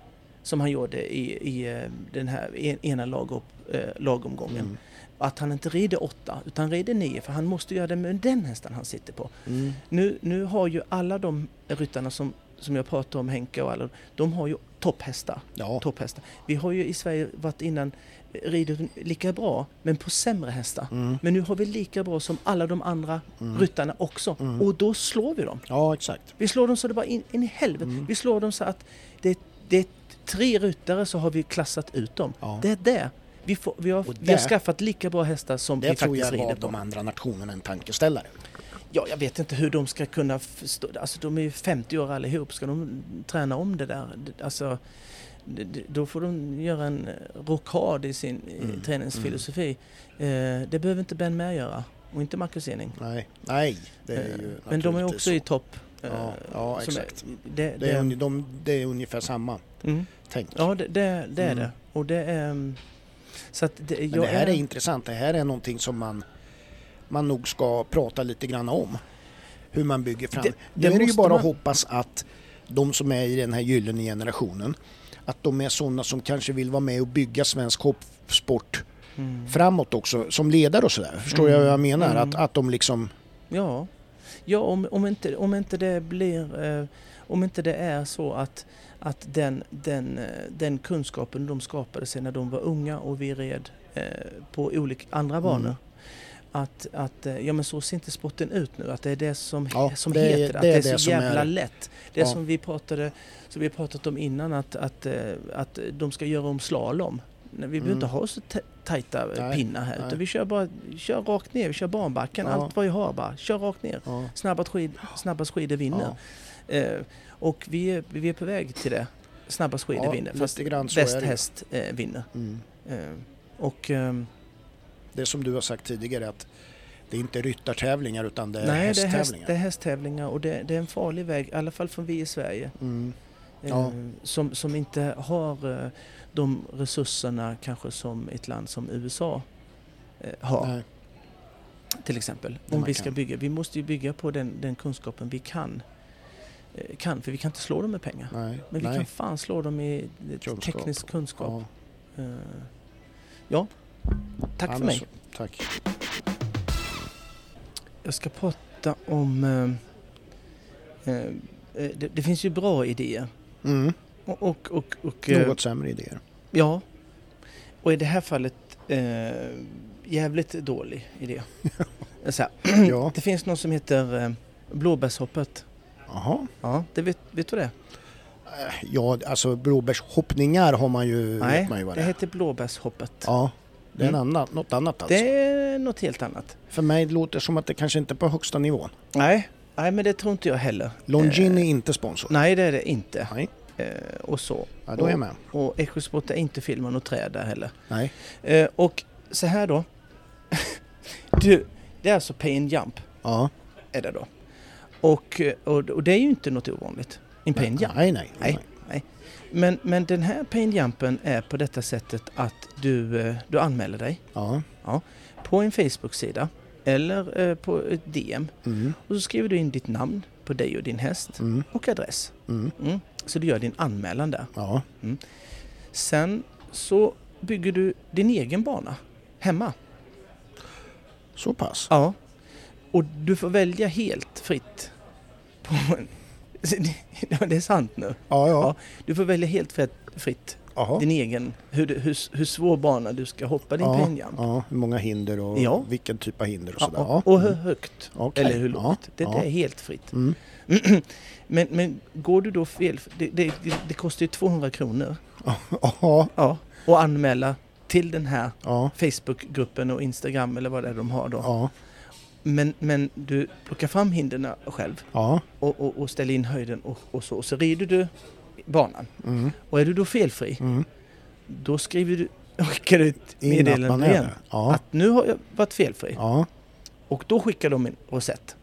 A: som han gjorde i, i eh, den här en- ena lagop, eh, lagomgången,
B: Mm.
A: att han inte rider åtta, utan rider nio, för han måste göra det med den hästen han sitter på.
B: Mm.
A: Nu, nu har ju alla de ryttarna som, som jag pratar om, Henke och alla, de har ju topphästar.
B: Ja.
A: topphästar. Vi har ju i Sverige varit innan, eh, rider lika bra, men på sämre hästar.
B: Mm.
A: Men nu har vi lika bra som alla de andra ryttarna också.
B: Mm.
A: Och då slår vi dem.
B: ja, exakt.
A: Vi slår dem så det bara in, in i helvete.
B: Mm.
A: Vi slår dem så att det, det är tre ryttare så har vi klassat ut dem.
B: Ja.
A: Det är det. Vi, får, vi, har,
B: Och
A: vi har
B: där-
A: skaffat lika bra hästar som
B: Det
A: vi
B: tror
A: faktiskt
B: jag
A: rider
B: gav
A: på.
B: de andra nationerna en tankeställare.
A: Ja, jag vet inte hur de ska kunna förstå. Alltså de är ju 50 år allihop. Ska de träna om det där? Det- Alltså, det- det- då får de göra en eh, rockad i sin eh,
B: Mm,
A: träningsfilosofi. Eh, det behöver inte Ben med göra. Och inte Marcus Ening.
B: Nej, nej det är
A: Eh,
B: ju
A: Men de är också
B: naturligtvis så.
A: i topp. eh,
B: Ja, ja,
A: som är-
B: exakt.
A: Det,
B: Det är,
A: det,
B: un- de, det är ungefär samma
A: mm,
B: tänk.
A: ja, det, det, det är
B: Mm.
A: det. Och det är... mm, Så att det,
B: Men
A: jag
B: det här är
A: är-
B: intressant. Det här är någonting som man, man nog ska prata lite grann om. Hur man bygger fram.
A: Det-
B: Det,
A: det
B: är det ju
A: måste
B: bara
A: man-
B: att hoppas att de som är i den här gyllene generationen, att de är sådana som kanske vill vara med och bygga svensk hoppsport
A: Mm.
B: framåt också, som ledare och sådär. Förstår
A: Mm.
B: jag vad jag menar?
A: Mm.
B: Att, att de liksom...
A: Ja, ja om, om, inte, om inte det blir... Eh, om inte det är så att, att den, den, eh, den kunskapen de skapade sig när de var unga och vi red eh, på olika andra banor.
B: Mm.
A: Att, att eh, ja men så ser inte sporten ut nu, att det är det som,
B: Ja,
A: som
B: det är-
A: heter, att det är så
B: som
A: jävla
B: är-
A: lätt. Det
B: Ja.
A: som vi pratade som vi har pratat om innan, att, att, eh, att de ska göra om slalom. Nej, Vi behöver
B: Mm.
A: inte ha så ta- tajta eh,
B: Nej,
A: pinnar här, utan
B: nej.
A: vi kör bara kör rakt ner, vi kör barnbacken,
B: Ja.
A: allt vad jag har bara, kör rakt ner.
B: Ja,
A: Snabbast, skid, snabbast skidor vinner.
B: ja,
A: Eh, och vi är, vi är på väg till det. Snabbast skidor
B: Ja,
A: vinner.
B: lite
A: Fast
B: grann så
A: bäst
B: är det ju.
A: häst eh, vinner.
B: mm.
A: Eh, och ehm,
B: Det är som du har sagt tidigare att det är inte ryttartävlingar utan det är
A: nej, det är, häst,
B: hästtävlingar.
A: det är hästtävlingar och det, det är en farlig väg, i alla fall från vi i Sverige.
B: Mm.
A: Eh,
B: Ja.
A: som, som inte har eh, de resurserna kanske som ett land som USA eh, har.
B: Nej.
A: till exempel.
B: När
A: Om
B: man
A: vi ska
B: kan.
A: bygga. Vi måste ju bygga på den, den kunskapen vi kan. Eh, kan. För vi kan inte slå dem med pengar.
B: Nej.
A: Men vi
B: nej.
A: kan fan slå dem i eh,
B: Kunskap.
A: teknisk kunskap.
B: Ja.
A: Ja, ja. tack
B: Ja,
A: för
B: men
A: mig.
B: så- Tack.
A: Jag ska prata om... eh, eh, det, det finns ju bra idéer.
B: Mm.
A: Och, och, och, och, eh,
B: Något sämre idéer.
A: Ja. Och i det här fallet eh, jävligt dålig idé. Så här,
B: Ja.
A: det finns något som heter eh, blåbärshoppet.
B: Jaha.
A: Ja, det vet, vet du det?
B: Eh, Ja, alltså blåbärshoppningar har man ju...
A: Nej,
B: vet man ju vad
A: Det
B: det är.
A: heter blåbärshoppet.
B: Ja, det är en
A: Mm.
B: annan, något annat alltså.
A: Det är något helt annat.
B: För mig låter det som att det kanske inte är på högsta nivån.
A: Nej, nej men det tror inte jag heller.
B: Longines
A: Eh,
B: är inte sponsor.
A: nej, det är det inte.
B: Nej.
A: Eh, och så.
B: Ja, då är jag med.
A: Och Ekosport är inte filmen och träd där heller.
B: Nej.
A: Eh, och så här då. du, det är alltså pay and jump.
B: Ja.
A: Är det då. Och, eh, och, och det är ju inte något ovanligt. En pay and jump.
B: Nej, nej.
A: Nej. Men, men den här pay and jumpen är på detta sättet att du, eh, du anmäler dig
B: Ja.
A: på en Facebook-sida eller eh, på ett DM.
B: Mm.
A: Och så skriver du in ditt namn på dig och din häst
B: Mm.
A: och adress.
B: Mm.
A: Mm. Så du gör din anmälan där.
B: Ja.
A: Sen så bygger du din egen bana hemma.
B: Så pass.
A: Ja. Och du får välja helt fritt. På en... Ja, Det är sant nu.
B: Ja,
A: Ja.
B: ja.
A: Du får välja helt fritt, fritt
B: Jaha.
A: din egen, hur, du- hur, hur svår bana du ska hoppa din
B: Ja,
A: penjam.
B: ja, hur många hinder och
A: Ja.
B: vilken typ av hinder och sådär. Ja.
A: Och hur högt
B: Okej.
A: eller hur
B: Ja,
A: lågt. Det,
B: ja.
A: det är helt fritt.
B: Mm.
A: Men, men går du då fel, det, det, det kostar ju 200 kronor
B: Ja,
A: Ja, och anmäla till den här
B: ja,
A: Facebookgruppen och Instagram eller vad det är de har då.
B: ja,
A: Men, men du plockar fram hindren själv
B: ja.
A: och, och, och ställer in höjden och, och så. Och så rider du banan.
B: Mm.
A: Och är du då felfri,
B: Mm.
A: då skriver du, skickar du ett
B: In att man
A: meddelande
B: är
A: igen. Ah.
B: det. Ja,
A: Att nu har jag varit felfri.
B: ja,
A: Och då skickar de en rosett.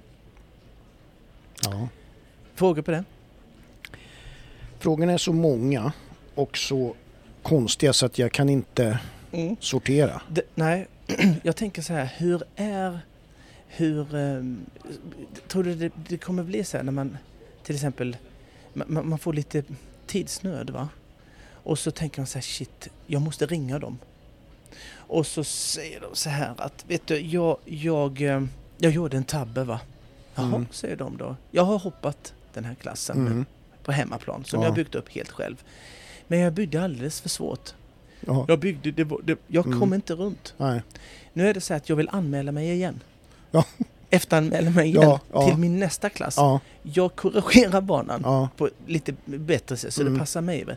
B: ja.
A: Frågor på det?
B: Frågorna är så många och så konstiga så att jag kan inte
A: Mm.
B: sortera.
A: Det, nej, jag tänker så här, hur är... Hur... ehm, tror du det, det kommer bli så här när man till exempel... Man, man- man får lite tidsnöd va? Och så tänker man så här, shit, jag måste ringa dem. Och så säger de så här att, vet du, jag, jag, ehm, jag gjorde en tabbe va? Jaha,
B: Mm.
A: säger de då. Jag har hoppat den här klassen
B: Mm.
A: på hemmaplan som
B: Ja.
A: jag byggt upp helt själv. Men jag byggde alldeles för svårt.
B: Ja.
A: Jag byggde, det var, det, jag kom
B: Mm.
A: inte runt.
B: Nej.
A: Nu är det så att jag vill anmäla mig igen.
B: Ja.
A: efteranmäla mig igen
B: Ja, ja.
A: till min nästa klass.
B: Ja,
A: Jag korrigerar banan
B: ja,
A: på lite bättre sätt så
B: Mm.
A: det passar mig. va?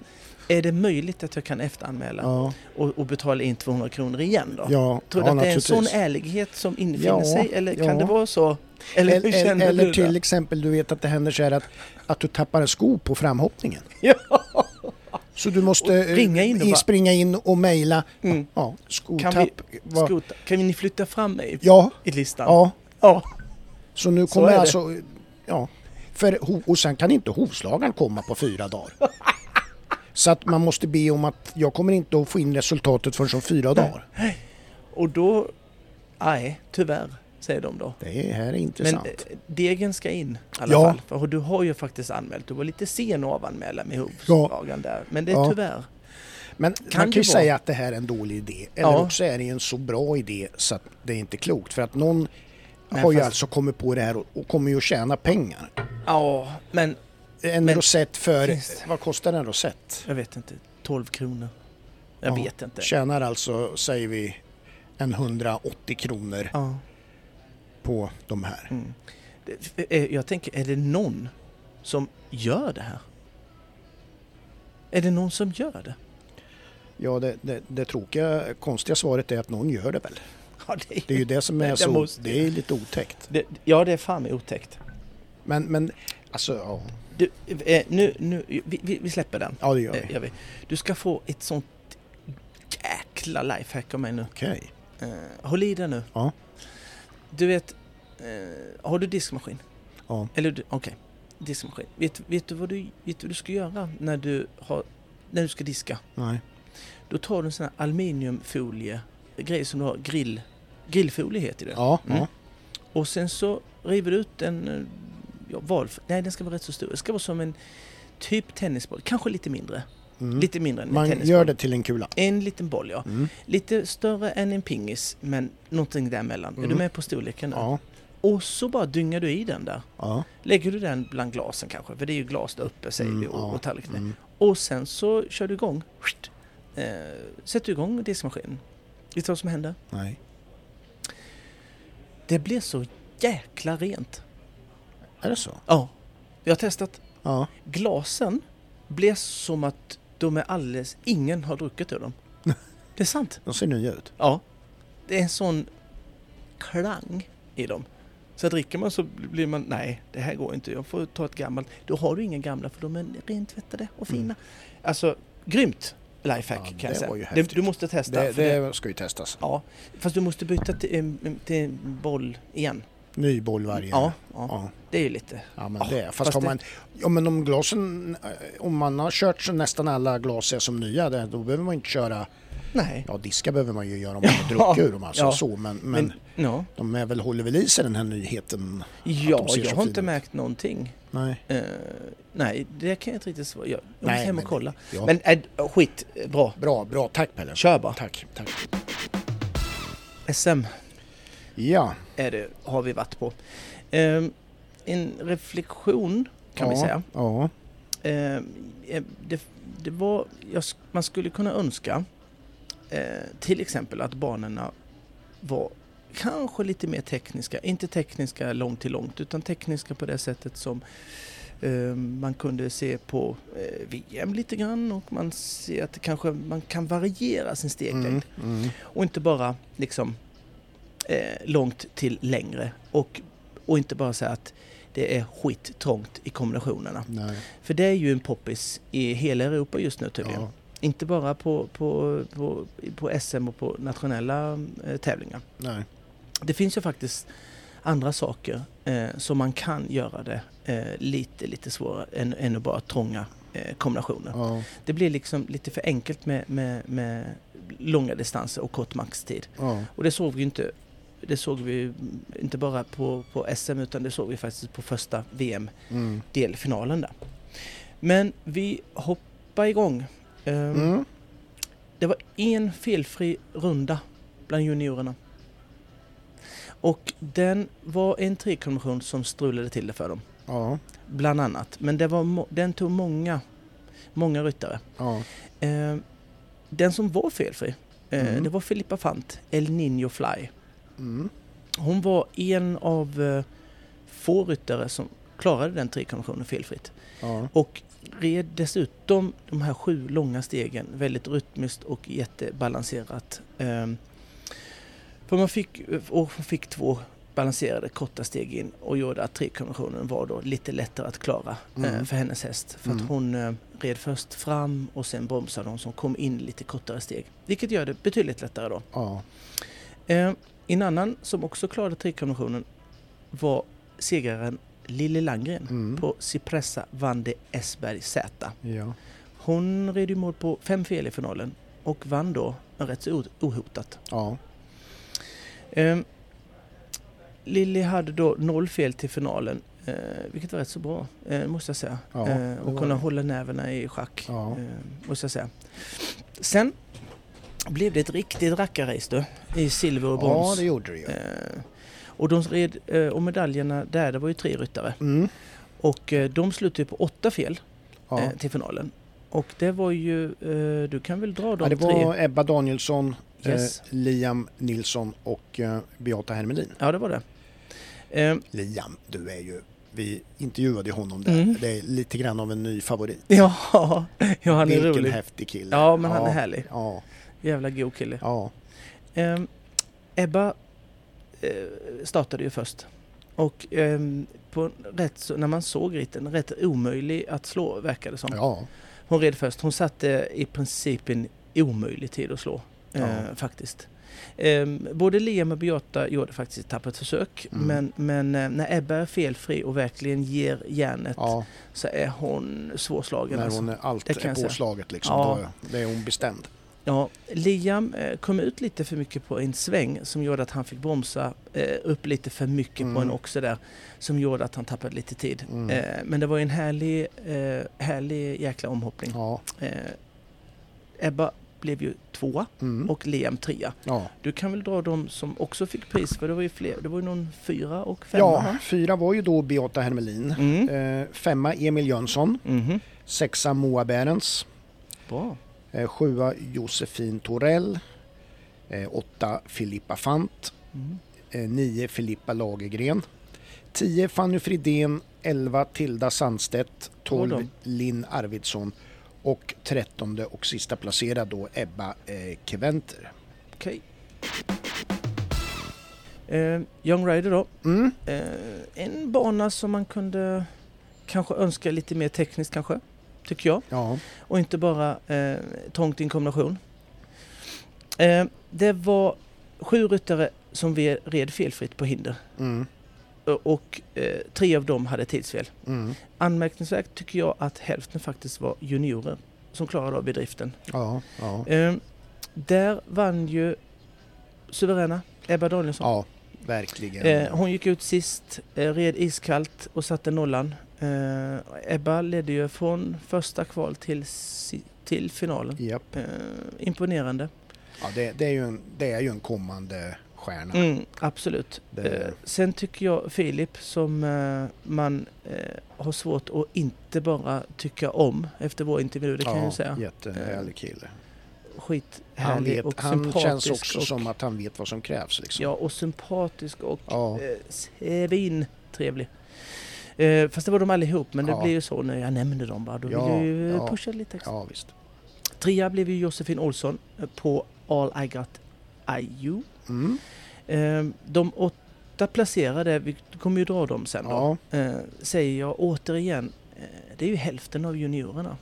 A: Är det möjligt att jag kan efteranmäla
B: ja,
A: och, och betala in 200 kronor igen då?
B: ja,
A: Tror du
B: ja
A: att det är en sån
B: naturligtvis.
A: ärlighet som infinner
B: Ja,
A: sig eller kan
B: ja.
A: det vara så? Eller hur
B: Eller,
A: känner
B: eller, eller
A: du?
B: till
A: där?
B: exempel, du vet att det händer så här att, att du tappar en sko på framhoppningen.
A: Ja.
B: Så du måste eh,
A: ringa in och bara-
B: springa in och mejla.
A: Mm.
B: Ja,
A: Kan
B: skotapp. var-
A: Skota, kan ni flytta fram mig
B: Ja,
A: i listan?
B: ja.
A: Ja.
B: Så nu
A: Så
B: kommer
A: är det.
B: alltså... Ja. För, ho- och sen kan inte hovslagaren komma på fyra dagar. Så att man måste be om att jag kommer inte att få in resultatet förrän om fyra dagar.
A: Och då, nej, tyvärr, säger de då.
B: Det här är
A: Men
B: intressant.
A: eh, degen ska in i alla
B: Ja.
A: fall. För du har ju faktiskt anmält. Du var lite sen att avanmäla med hovslagen där. Men det är
B: Ja.
A: tyvärr.
B: Men man
A: det
B: kan ju
A: vara?
B: säga att det här är en dålig idé. Eller
A: Ja.
B: också är det en så bra idé så att det är inte klokt. För att någon
A: Nej,
B: har ju
A: fast-
B: alltså kommit på det här och, och kommer ju att tjäna pengar.
A: Ja, men
B: En
A: Men-
B: rosett för...
A: Finns-
B: Vad kostar en rosett?
A: jag vet inte. 12 kronor. Jag
B: Ja.
A: vet inte.
B: Tjänar alltså, säger vi, en 180 kronor
A: Ja.
B: på de här.
A: Mm. Det- eh, Jag tänker, är det någon som gör det här? Är det någon som gör det?
B: Ja, det, det, det tråkiga, konstiga svaret är att någon gör det väl.
A: Ja, det är,
B: Det är ju det som
A: Det
B: är så...
A: måste
B: Det är lite otäckt.
A: det, ja, det är fan mig otäckt.
B: Men, men alltså, ja,
A: Du, eh, nu, nu, vi, vi, vi släpper den.
B: ja det gör vi.
A: Det gör vi. Du ska få ett sånt jäkla lifehack av mig nu.
B: Okej.
A: Eh, håll i dig nu.
B: Ja.
A: Du vet, eh, har du diskmaskin?
B: Ja.
A: Eller du- okej, diskmaskin. Vet, vet, du vad du, vet du vad du ska göra när du, har, när du ska diska?
B: Nej.
A: Då tar du en sån här aluminiumfolie, grej som du har grill, grillfolie heter det.
B: Ja,
A: Mm.
B: ja.
A: Och sen så river du ut en, eh, ja, valf- nej den ska vara rätt så stor. Det ska vara som en typ tennisboll, kanske lite mindre.
B: Mm.
A: Lite mindre än en
B: Man
A: tennisboll.
B: gör det till en kula.
A: En liten boll ja.
B: Mm.
A: Lite större än en pingis, men någonting däremellan. Är
B: Mm.
A: du med på storleken nu?
B: Ja,
A: Och så bara dyngar du i den där.
B: ja.
A: Lägger du den bland glasen kanske, för det är ju glas där uppe Mm. säger
B: Mm,
A: vi och,
B: ja,
A: och tallriken.
B: Mm.
A: Och sen så kör du igång. Skit. Eh, sätter du igång diskmaskinen. Vet du vad som händer?
B: Nej.
A: Det blir så jäkla rent.
B: Är det så?
A: Ja, vi har testat.
B: Ja.
A: Glasen blir som att de är alldeles, ingen har druckit ur dem. Det är sant.
B: De ser nya ut.
A: Ja. Det är en sån klang i dem. Så dricker man så blir man, nej det här går inte, jag får ta ett gammalt. Då har du inga gamla för de är rentvättade och fina.
B: Mm.
A: Alltså, grymt lifehack
B: Ja,
A: kan
B: det
A: jag
B: var ju
A: säga. Det,
B: häftigt.
A: du måste testa.
B: Det,
A: för det,
B: det ska ju testas.
A: Ja, fast du måste byta till, em, till en boll igen.
B: Ny boll varje.
A: Ja, ja,
B: Ja,
A: det är ju lite.
B: ja men
A: Ja,
B: det. Fast,
A: fast
B: har
A: det-
B: man, ja, men om glasen, eh, om man har kört så nästan alla glas är som nya, det- då behöver man inte köra,
A: Nej.
B: ja diska behöver man ju göra om man har druckit ur dem alltså,
A: Ja.
B: så, men, men,
A: Men, ja,
B: de är väl, håller väl i sig den här nyheten?
A: ja
B: ser
A: jag
B: så
A: har
B: fina
A: inte
B: ut.
A: märkt någonting.
B: Nej.
A: Eh, nej, det kan jag inte riktigt svara. Jag jag måste
B: Nej,
A: hem och
B: men-
A: kolla.
B: Ja.
A: Men äh, skit, bra.
B: Bra, bra. Tack Pelle.
A: Kör bara.
B: Tack, tack.
A: SM.
B: Ja,
A: är det, har vi varit på. Ehm, en reflektion kan
B: ja,
A: vi säga.
B: Ja,
A: Ehm, det, det var, jag, sk- man skulle kunna önska eh, till exempel att barnen var kanske lite mer tekniska, inte tekniska långt till långt utan tekniska på det sättet som ehm, man kunde se på eh, VM lite grann och man ser att det kanske man kan variera sin steglängd
B: mm, mm.
A: och inte bara liksom eh, långt till längre och, och inte bara säga att det är skittrångt i kombinationerna.
B: Nej.
A: För det är ju en poppis i hela Europa just nu tydligen.
B: Ja.
A: Inte bara på, på, på, på SM och på nationella eh, tävlingar.
B: Nej.
A: Det finns ju faktiskt andra saker eh, som man kan göra det eh, lite, lite svårare än, än att bara trånga eh, kombinationer.
B: Ja.
A: Det blir liksom lite för enkelt med, med, med långa distanser och kort maxtid.
B: Ja.
A: Och det såg vi ju inte. Det såg vi ju inte bara på, på SM utan det såg vi faktiskt på första
B: Mm.
A: VM-delfinalen där. Men vi hoppar igång. Ehm,
B: Mm.
A: Det var en felfri runda bland juniorerna. Och den var en trekombination som strulade till det för dem.
B: Ja.
A: Bland annat. Men det var, må- den tog många, många ryttare.
B: Ja.
A: Ehm, den som var felfri, eh,
B: Mm.
A: det var Filippa Fant, El Nino Fly.
B: Mm.
A: Hon var en av eh, få ryttare som klarade den trekombinationen felfritt.
B: Ja.
A: Och red dessutom de här sju långa stegen väldigt rytmiskt och jättebalanserat. Ehm, För man fick, eh, och hon fick två balanserade korta steg in och gjorde att trekombinationen var då lite lättare att klara eh,
B: Mm.
A: för hennes häst. För att
B: Mm.
A: hon eh, red först fram och sen bromsade hon som kom in lite kortare steg. Vilket gör det betydligt lättare då.
B: ja.
A: Eh, en annan som också klarade trekombinationen var segraren Lille Landgren
B: Mm.
A: på Cipressa vann det Esberg Z.
B: ja.
A: Hon red ju mål på fem fel i finalen och vann då men rätt så o- ohotat.
B: ja.
A: Ehm, Lilly hade då noll fel till finalen, eh, vilket var rätt så bra, eh, måste jag säga.
B: Ja,
A: eh,
B: det
A: och
B: var
A: kunna
B: det.
A: hålla näverna i schack,
B: Ja.
A: eh, måste jag säga. Sen blev det ett riktigt rackarrace då, i silver och
B: ja,
A: brons.
B: det gjorde det ju.
A: eh, och de red eh, om medaljerna där, det var ju tre ryttare.
B: Mm.
A: Och eh, de slutade ju på åtta fel.
B: Ja.
A: eh, till finalen. Och det var ju, eh, du kan väl dra de
B: Ja, det
A: tre?
B: var Ebba Danielsson,
A: Yes.
B: eh, Liam Nilsson och eh, Beata Hermelin.
A: Ja, det var det. Eh,
B: Liam, du är ju... Vi intervjuade honom där.
A: Mm.
B: Det är lite grann av en ny favorit.
A: ja, ja, han är
B: Vilken
A: rolig.
B: häftig kille.
A: Ja, men han är härlig.
B: Ja,
A: Jävla go kille.
B: ja,
A: Eh, Ebba eh, startade ju först. Och eh, på en rätt, så- när man såg ritten, rätt omöjlig att slå verkade det som.
B: ja.
A: Hon red först. Hon satte i princip en omöjlig tid att slå. Eh,
B: Ja.
A: faktiskt. Ehm, både Liam och Beata gjorde faktiskt ett tappert försök.
B: Mm.
A: Men, men eh, när Ebba är felfri och verkligen ger järnet
B: ja.
A: så är hon svårslagen.
B: När
A: alltså.
B: hon är allt
A: det kan
B: är
A: jag säga.
B: påslaget liksom.
A: Ja.
B: Då, det är hon bestämd.
A: Ja, Liam eh, kom ut lite för mycket på en sväng som gjorde att han fick bromsa eh, upp lite för mycket på
B: Mm.
A: en också där. Som gjorde att han tappade lite tid.
B: Mm.
A: Eh, men det var ju en härlig, eh, härlig jäkla omhoppning.
B: Ja.
A: Eh, Ebba blev ju tvåa
B: Mm.
A: och Liam trea.
B: ja.
A: Du kan väl dra de som också fick pris för det var ju fler, det var ju någon fyra och femma.
B: ja,
A: va?
B: fyra var ju då Beata Hermelin.
A: Mm.
B: Eh, femma Emil Jönsson.
A: Mhm.
B: Sexa Moa Berens.
A: Bra.
B: Eh, sjua Josefin Torell. Eh, åtta Filippa Fant.
A: Mm.
B: Eh, nio Filippa Lagergren. Tio Fanny Fridén. Elva Tilda Sandstedt.
A: Oj
B: Tolv
A: då.
B: Linn Arvidsson. Och trettonde och sista placerad då Ebba eh, Keventer.
A: Okej. Eh, Young Rider då.
B: Mm.
A: Eh, en bana som man kunde kanske önska lite mer tekniskt kanske. Tycker jag.
B: Ja.
A: Och inte bara eh, trångt i en kombination. Eh, det var sju ryttare som vi red felfritt på hinder.
B: Mm.
A: Ö- Och eh, tre av dem hade tidsfel.
B: Mm.
A: Anmärkningsvärt tycker jag att hälften faktiskt var juniorer som klarade av bedriften.
B: Ja. Ja.
A: Eh, där vann ju suveräna Ebba Danielsson.
B: ja. Verkligen.
A: Eh, hon gick ut sist, eh, red iskallt och satte nollan. Eh, Ebba ledde ju från första kval till, si- till finalen.
B: Japp.
A: Eh, imponerande.
B: Ja, det, det, är ju en, det är ju en kommande stjärna.
A: Mm, absolut.
B: Det-
A: Eh, sen tycker jag Filip som eh, man eh, har svårt att inte bara tycka om efter vår intervju, det kan jag ju säga.
B: Jättehärlig kille. Han,
A: Skithärlig
B: vet,
A: och
B: han
A: sympatisk.
B: känns också
A: och,
B: som att han vet vad som krävs. Liksom.
A: Ja, och sympatisk och
B: Ja.
A: eh, svin trevlig. Eh, fast det var de allihop, men det
B: Ja.
A: blir ju så när jag nämner dem bara. Då vill
B: Ja,
A: jag ju
B: ja.
A: pusha lite extra.
B: ja, visst.
A: Trea blev ju Josefin Olsson eh, på All I Got I You.
B: Mm.
A: Eh, de åtta placerade, vi kommer ju dra dem sen då,
B: Ja.
A: eh, säger jag återigen, eh, det är ju hälften av juniorerna.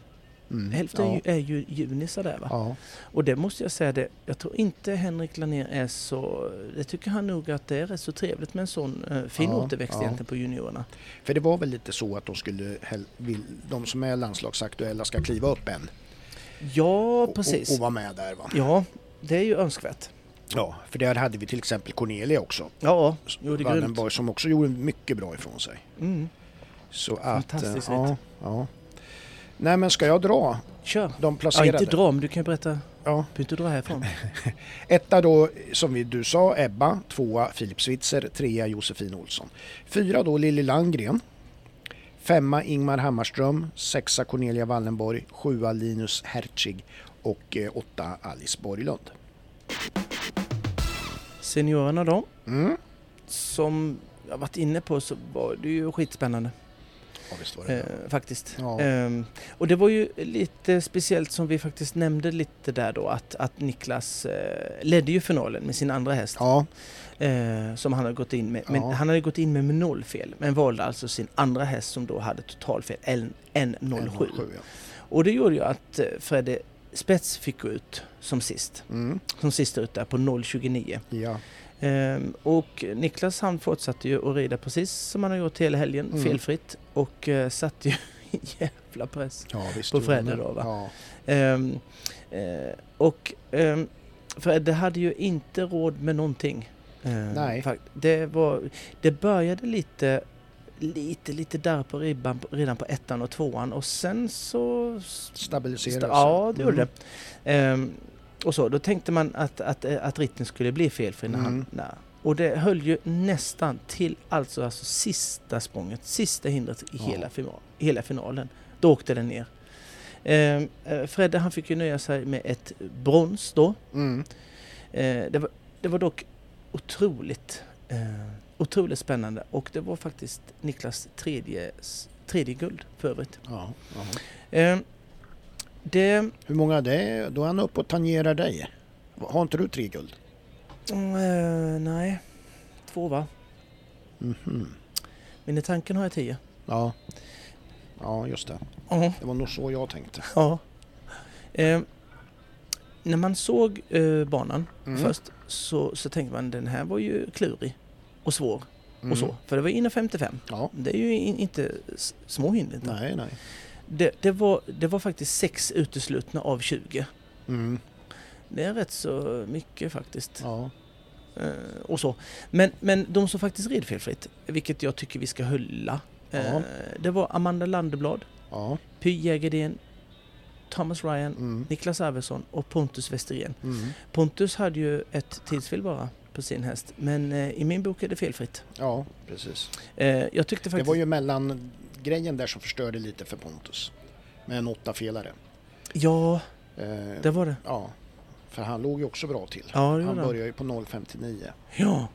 B: Mm.
A: Hälften
B: ja.
A: ju- är ju junisar där va?
B: Ja.
A: Och det måste jag säga, det, jag tror inte Henrik Lanér är så... Det tycker han nog att det är rätt så trevligt med en sån eh, fin
B: Ja,
A: återväxt
B: ja.
A: egentligen på juniorerna.
B: För det var väl lite så att de, skulle, hel- vill, de som är landslagsaktuella ska kliva upp en
A: Ja,
B: och,
A: precis.
B: och, och vara med där. Va?
A: Ja, det är ju önskvärt.
B: Ja, för där hade vi till exempel Cornelia också.
A: Ja, jo, det är grymt.
B: Wallenberg som också gjorde mycket bra ifrån sig.
A: Mm.
B: Så att, eh,
A: Fantastiskt
B: ja,
A: rätt.
B: ja. Nej men ska jag dra
A: Kör!
B: de
A: Ja,
B: placerade?
A: inte dra, men du kan ju berätta. Du
B: Ja.
A: behöver inte dra härifrån.
B: Etta då, som vi- du sa, Ebba. Tvåa Filip Switzer. Trea Josefin Olsson. Fyra då Lilly Landgren. Femma Ingmar Hammarström. Sexa Cornelia Wallenborg. Sjua Linus Hertzig. Och eh, åtta Alice Borglund.
A: Seniorerna då.
B: Mm.
A: som jag varit inne på så var det ju skitspännande
B: Ja, visst var det.
A: eh, faktiskt.
B: Ja.
A: Ehm, och det var ju lite speciellt som vi faktiskt nämnde lite där då att, att Niklas eh, ledde ju finalen med sin andra häst
B: Ja,
A: eh, som han hade gått in med. Men
B: Ja.
A: han hade gått in med noll fel men valde alltså sin andra häst som då hade totalfel, N- N07.
B: 1,07, ja.
A: Och det gjorde ju att eh, Fredde Spets fick gå ut som sist,
B: Mm,
A: som sista ut där på 0,29.
B: ja.
A: Ehm, och Niklas han fortsatte ju att rida precis som han har gjort hela helgen,
B: Mm.
A: felfritt. Och eh, satte ju en jävla press.
B: ja visst.
A: På
B: gjorde han
A: Fredde
B: det.
A: då, va?
B: Ja.
A: Ehm, eh, och um, Fredde hade ju inte råd med någonting. Ehm,
B: Nej.
A: fakt- Det, var, det började lite lite, lite där på ribban på- redan på ettan och tvåan och sen så...
B: Stabiliserade sig.
A: Ja, det gjorde
B: Mm.
A: det. Ehm, och så, då tänkte man att, att, eh, att ritten skulle bli felfri när han...
B: Mm.
A: När, och det höll ju nästan till alltså, alltså sista språnget, sista hindret i
B: Ja.
A: hela, final, hela finalen. Då åkte den ner. Ehm, eh, Fredde han fick ju nöja sig med ett brons då.
B: Mm.
A: Eh, det, var, det var dock otroligt, eh, otroligt spännande och det var faktiskt Niklas tredje, s- tredje guld för övrigt.
B: Ja, ja.
A: Eh, det,
B: Hur många är det? Då är han uppe och tangerar dig. Har inte du tre guld?
A: mm, eh, nej, två va?
B: Mhm.
A: Men i tanken har jag tio.
B: Ja. ja, just det.
A: Ja.
B: Det var nog så jag tänkte.
A: Ja. Eh, när man såg eh, banan
B: Mm.
A: först så, så tänkte man den här var ju klurig och svår
B: Mm.
A: och så. För det var inne 55.
B: Ja.
A: Det är ju in, inte s- små hinder. inte.
B: Nej, nej.
A: Det, det, var, det var faktiskt sex uteslutna av 20.
B: Mm.
A: Det är rätt så mycket faktiskt.
B: Ja.
A: Eh, och så. Men, men de som faktiskt red felfritt, vilket jag tycker vi ska hylla, eh,
B: Ja.
A: det var Amanda Landeblad,
B: Ja.
A: Py Jägerdén, Thomas Ryan,
B: Mm.
A: Niklas Arvidsson och Pontus Westergren.
B: Mm.
A: Pontus hade ju ett tidsfel bara på sin häst, men eh, i min bok är det felfritt.
B: Ja, precis.
A: Eh, jag tyckte
B: Det
A: faktiskt...
B: var ju mellan grejen där som förstörde lite för Pontus. Med en åttafelare.
A: Ja,
B: Eh,
A: det var det.
B: Ja, för han låg ju också bra till.
A: Ja, det
B: han
A: gjorde han.
B: började ju på 0,59.
A: Ja.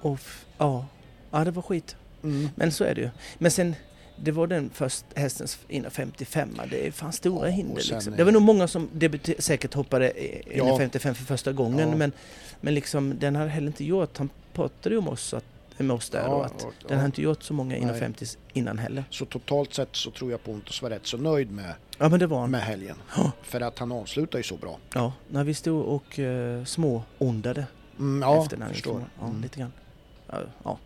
A: Och f- ja. ja, det var skit.
B: Mm.
A: Men så är det ju. Men sen, det var den först hästens 155 det är fan stora
B: Ja, och
A: hinder.
B: sen
A: Liksom.
B: är-
A: Det var nog många som debute- säkert hoppade i-
B: Ja.
A: 155 för första gången,
B: Ja.
A: men, men liksom, den hade heller inte gjort, han pratade ju om oss, att, med oss där då, att
B: och-
A: den hade inte gjort så många
B: Nej.
A: 150 innan heller.
B: Så totalt sett så tror jag Pontus var rätt så nöjd med,
A: Ja, men det var han.
B: med helgen.
A: Ja.
B: För att han avslutar ju så bra.
A: Ja, när vi stod och uh, småondade
B: Mm, ja,
A: efter den här
B: förstår.
A: informationen. Ja,
B: Mm.
A: lite grann. Ja, ja.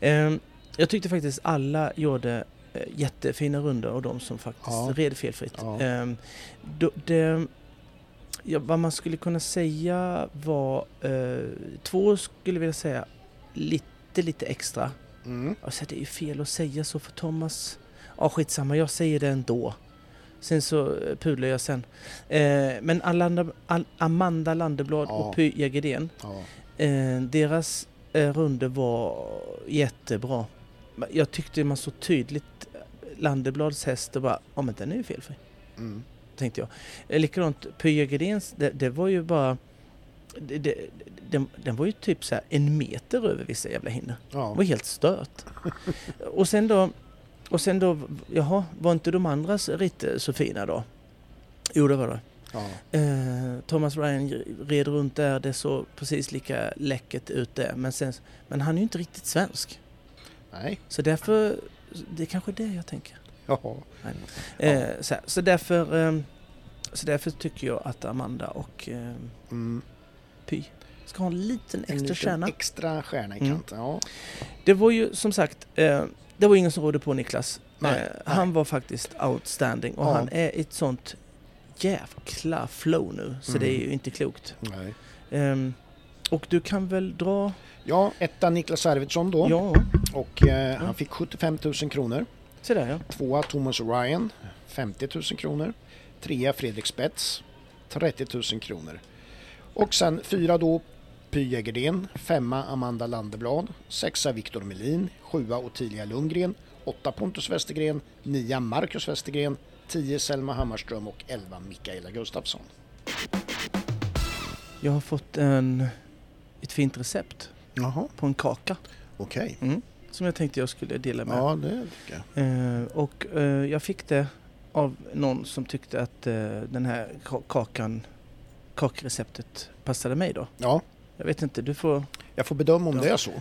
A: Ehm, jag tyckte faktiskt alla gjorde eh, jättefina runder och de som faktiskt
B: Ja.
A: red felfritt.
B: Ja.
A: Ehm, då, det, ja, vad man skulle kunna säga var, eh, två skulle jag vilja säga lite, lite extra.
B: Mm.
A: Alltså, det är ju fel att säga så för Thomas. Ja, skitsamma, jag säger det ändå. Sen så eh, pudlar jag sen. Eh, men Alanda, Al- Amanda Landeblad
B: Ja.
A: och Py Jägerdén,
B: Ja.
A: eh, deras eh, runder var jättebra. Men Jag tyckte man så tydligt eh, Landeblads häst och bara, ja men den är ju felfri,
B: Mm.
A: tänkte jag. Eh, Likadant Py Jägerdéns, det, det var ju bara, det, det, den, den var ju typ så här en meter över vissa jävla hinder. Det var
B: Ja.
A: helt stört. Och sen då, och sen då, jaha, var inte de andras ritter så fina då? Jo, det var det.
B: Ja.
A: Eh, Thomas Ryan red runt där, det såg precis lika läckert ut där. Men, sen, men han är ju inte riktigt svensk.
B: Nej.
A: Så därför, det är kanske det jag tänker.
B: Ja.
A: Eh, så, här, så, därför, eh, så därför tycker jag att Amanda och eh,
B: Mm.
A: Py ska ha en liten extra
B: En liten
A: stjärna.
B: extra stjärna i
A: Mm.
B: kanten. Ja.
A: Det var ju som sagt, eh, det var ingen som rådde på Niklas.
B: Nej,
A: eh, han var faktiskt outstanding och
B: Ja.
A: han är i ett sånt jävla flow nu så
B: Mm.
A: det är ju inte klokt.
B: Nej.
A: Ehm, och du kan väl dra...
B: ja, etta Niklas Arvidsson då.
A: Ja,
B: Och eh, han fick 75 000 kronor.
A: se där ja.
B: Tvåa Thomas Ryan, 50 000 kronor. Trea Fredrik Spets, 30 000 kronor. Och sen fyra då Py Jägerdén, femma Amanda Landeblad, sexa Viktor Melin, sjua Ottilia Lundgren, åtta Pontus Westergren, nia Marcus Westergren, tio Selma Hammarström och elva Mikaela Gustafsson.
A: Jag har fått en, ett fint recept
B: Jaha,
A: på en kaka.
B: okej.
A: Som jag tänkte jag skulle dela med.
B: Ja, det tycker jag.
A: Eh, och eh, jag fick det av någon som tyckte att eh, den här ka- kakan, kakreceptet passade mig då.
B: Ja,
A: Jag vet inte, du får...
B: jag får bedöma om
A: Ja.
B: det är så.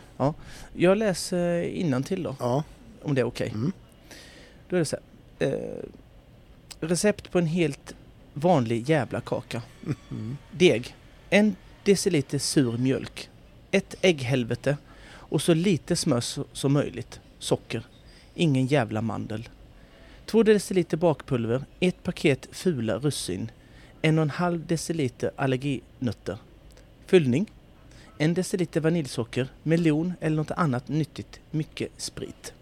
A: Jag läser innantill då,
B: Ja.
A: om det är okej.
B: Mm.
A: Då är det så här. Eh, recept på en helt vanlig jävla kaka.
B: Mm.
A: Deg. En deciliter sur mjölk. Ett ägghelvete. Och så lite smör så- som möjligt. Socker. Ingen jävla mandel. Två deciliter bakpulver. Ett paket fula russin. En och en halv deciliter allerginötter. Fyllning. En deciliter vaniljsocker, melon eller något annat nyttigt. Mycket sprit.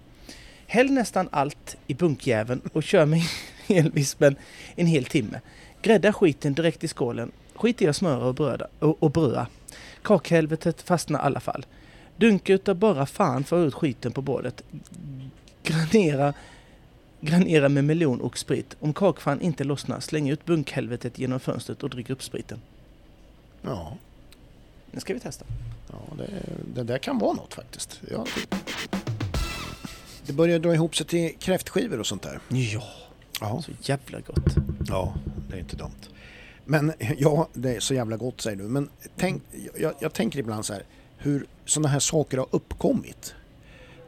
A: Häll nästan allt i bunkjäveln och kör med elvispen en hel timme. Grädda skiten direkt i skålen. Skit i att smöra och, bröda, och, och bröa. Kakhelvetet fastnar i alla fall. Dunka utav bara fan för ut skiten på bordet. Granera, granera med melon och sprit. Om kakfan inte lossnar, släng ut bunkhelvetet genom fönstret och drick upp spriten.
B: Ja.
A: Nu ska vi testa.
B: Ja, det, det där kan vara något faktiskt. Ja. Det börjar dra ihop sig till kräftskivor och sånt där.
A: Ja,
B: Ja,
A: så jävla gott.
B: ja det är inte dumt. Men ja, det är så jävla gott säger du. Men tänk, jag, jag tänker ibland så här hur sådana här saker har uppkommit.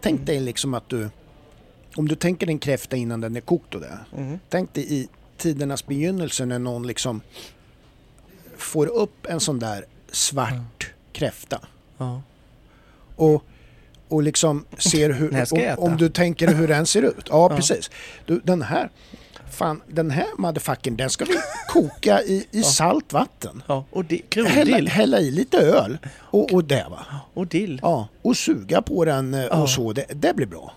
B: Tänk dig liksom att du, om du tänker din kräfta innan den är kokt och det.
A: Mm.
B: Tänk dig i tidernas begynnelse när någon liksom får upp en sån där
A: Mm.
B: svart kräfta.
A: Ja.
B: och, och liksom ser hur,
A: Den här ska jag
B: om,
A: äta.
B: om du tänker hur den ser ut. Ja,
A: Ja.
B: precis. Du, den här, fan, den här motherfuckern, den ska vi koka i, i salt vatten.
A: ja. Och di-
B: Hälla,
A: krondill.
B: hälla i lite öl och, och det va.
A: Och dill.
B: Ja, och suga på den eh, och
A: Ja.
B: så, det, det blir bra.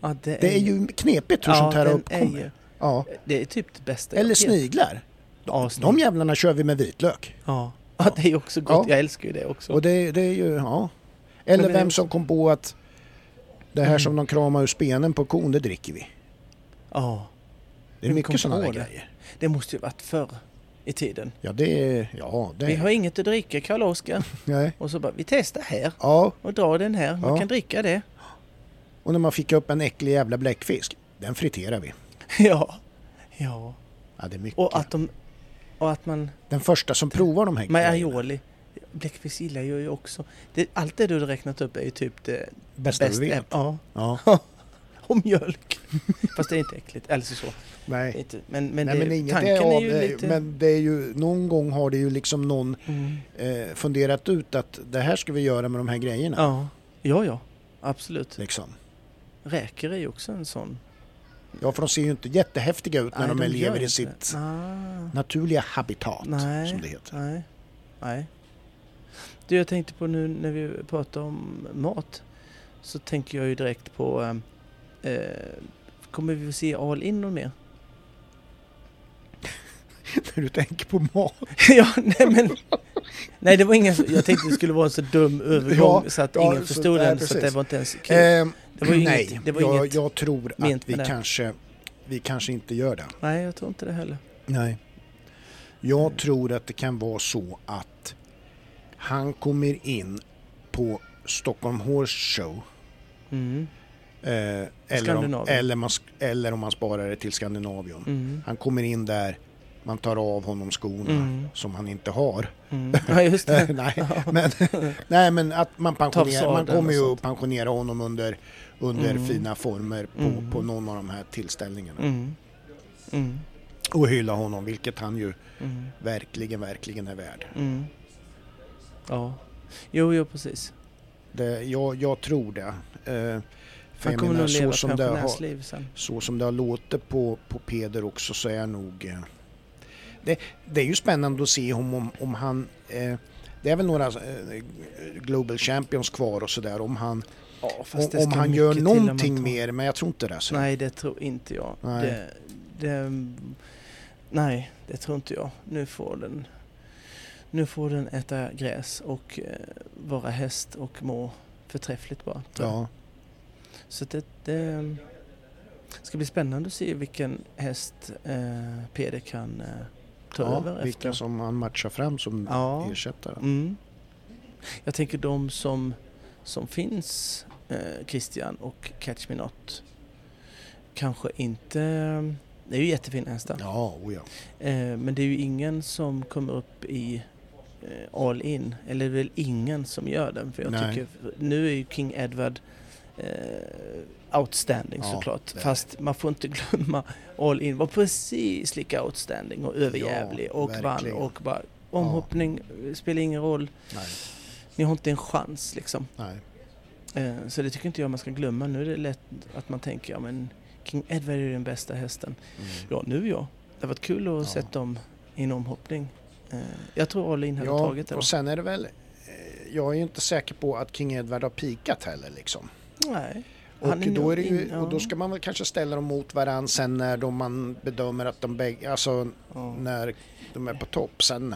A: Ja,
B: Det är ju knepigt hur
A: Ja,
B: sånt här
A: den
B: uppkommer.
A: är ju-
B: Ja.
A: Det är Mm. typ det bästa jag
B: Eller
A: vet.
B: sniglar.
A: Ja,
B: De
A: snigel.
B: jävlarna kör vi med vitlök.
A: Ja. ja, det är ju också gott.
B: Ja.
A: Jag älskar ju det också.
B: Och det, det är ju, ja.
A: Men
B: Eller
A: det Mm. är
B: vem
A: också-
B: som kom på att det här som de kramar ur spenen på kon, det dricker vi.
A: Ja,
B: Det
A: Hur
B: är
A: kom
B: mycket sådana
A: på
B: där
A: det?
B: grejer.
A: det måste ju varit förr i tiden.
B: Ja, det är... Ja, det
A: Vi
B: är...
A: har inget att dricka, karl Oskar.
B: Nej.
A: Och så bara, vi testar här
B: Ja,
A: och drar den här. Man
B: Ja.
A: kan dricka det.
B: och när man fick upp en äcklig jävla bläckfisk, den friterar vi.
A: Ja, ja.
B: Ja, det är mycket.
A: Och att de... Och att man...
B: Den första som provar de här
A: Med
B: grejerna,
A: aioli. Bläckfisk gillar jag ju också. Det, allt det du har räknat upp är ju typ det
B: Bästa du vet.
A: Ja,
B: Ja,
A: och mjölk. Fast det är inte äckligt. Eller så. Det är
B: nej.
A: inte, men men,
B: nej,
A: det,
B: men inget
A: tanken
B: är
A: är
B: av
A: ju
B: det,
A: lite...
B: men det är ju, någon gång har det ju liksom någon
A: Mm.
B: eh, funderat ut att det här ska vi göra med de här grejerna.
A: Ja, ja, ja. Absolut.
B: Liksom.
A: Räkor är ju också en sån.
B: Ja, för de ser ju inte jättehäftiga ut när
A: Nej,
B: de,
A: gör
B: lever i
A: inte. Ah.
B: sitt
A: Nej.
B: naturliga habitat,
A: Nej.
B: som det heter.
A: Nej. Nej. Du, jag tänkte på nu när vi pratar om mat så tänker jag ju direkt på eh, eh, Kommer vi få se All In någon mer?
B: När du tänker på mat.
A: ja, nej men... Nej, det var ingen... Jag tänkte det skulle vara en så dum övergång
B: Ja,
A: så att
B: ja,
A: ingen
B: så-
A: förstod
B: nej,
A: den så att det
B: precis.
A: var inte ens kul.
B: Ehm,
A: det var ju
B: nej,
A: inget... Det var
B: jag,
A: inget...
B: jag tror
A: ment
B: att vi
A: med det.
B: kanske, vi kanske inte gör det.
A: Nej, jag tror inte det heller.
B: Nej. Jag tror att det kan vara så att han kommer in på Stockholm Horse Show.
A: Mm,
B: Eh, eller, om,
A: Skandinavien.
B: eller, man, sk- eller om man sparar det till Skandinavium.
A: mm,
B: Han kommer in där, man tar av honom skorna
A: Mm.
B: som han inte har.
A: mm. Ja, just det.
B: nej, men, nej, men att man
A: Tafsa
B: pensionerar,
A: av
B: man
A: den
B: kommer
A: och
B: ju
A: sånt.
B: pensionera honom under, under
A: alltså. Mm.
B: fina former på,
A: Mm.
B: på någon av de här tillställningarna.
A: Mm. Mm.
B: Och hylla honom, vilket han ju
A: Mm.
B: verkligen, verkligen är värd.
A: Mm. Ja. Jo, jo precis.
B: Det, jag, jag tror det. Eh, för
A: Han
B: jag
A: kommer
B: menar,
A: nog leva
B: så
A: ett
B: som, det har,
A: pensionärsliv sen.
B: så som det har låtit på, på Peder också så är nog... Eh, det, det är ju spännande att se om, om, om han... Eh, det är väl några eh, Global Champions kvar och sådär. Om han,
A: Ja,
B: om,
A: det
B: om
A: ska
B: han
A: mycket
B: gör
A: till om man
B: någonting
A: tar-
B: mer, men jag tror inte det. Så.
A: Nej, det tror inte jag.
B: Nej.
A: Det, det, nej, det tror inte jag. Nu får den, nu får den äta gräs och eh, vara häst och må förträffligt bara. tror jag.
B: Ja,
A: Så det, det ska bli spännande att se vilken häst eh, Peder kan eh, ta
B: ja,
A: över
B: vilka
A: efter.
B: som han matchar fram som
A: Ja.
B: ersättare.
A: Mm. Jag tänker de som som finns eh, Christian och Catch Me Not kanske inte... Det är ju jättefina hästar.
B: Ja, oh ja.
A: Eh, men det är ju ingen som kommer upp i eh, all in. Eller det är väl ingen som gör den. För jag
B: Nej.
A: tycker, nu är ju King Edward eh, outstanding
B: Ja,
A: såklart.
B: det är
A: Fast man får inte glömma all in var precis lika outstanding och överjävlig
B: Ja,
A: och
B: verkligen.
A: vann och bara omhoppning eh, spelar ingen roll.
B: Nej,
A: Ni har inte en chans liksom.
B: nej.
A: Eh, Så det tycker inte jag man ska glömma. Nu är det lätt att man tänker, ja men King Edward är den bästa hästen.
B: Mm.
A: Ja, nu ja. Det har varit kul att
B: Ja.
A: sett dem i en omhoppning. Eh, Jag tror Arlin hade
B: Ja,
A: tagit det då.
B: och sen är det väl... eh, Jag är ju inte säker på att King Edward har pikat heller liksom.
A: Nej.
B: Och
A: Han är
B: då,
A: nog
B: är det
A: in-
B: ju,
A: ja.
B: och då ska man väl kanske ställa dem mot varandra sen när de man bedömer att de bägge, alltså
A: Ja.
B: när de är på topp sen.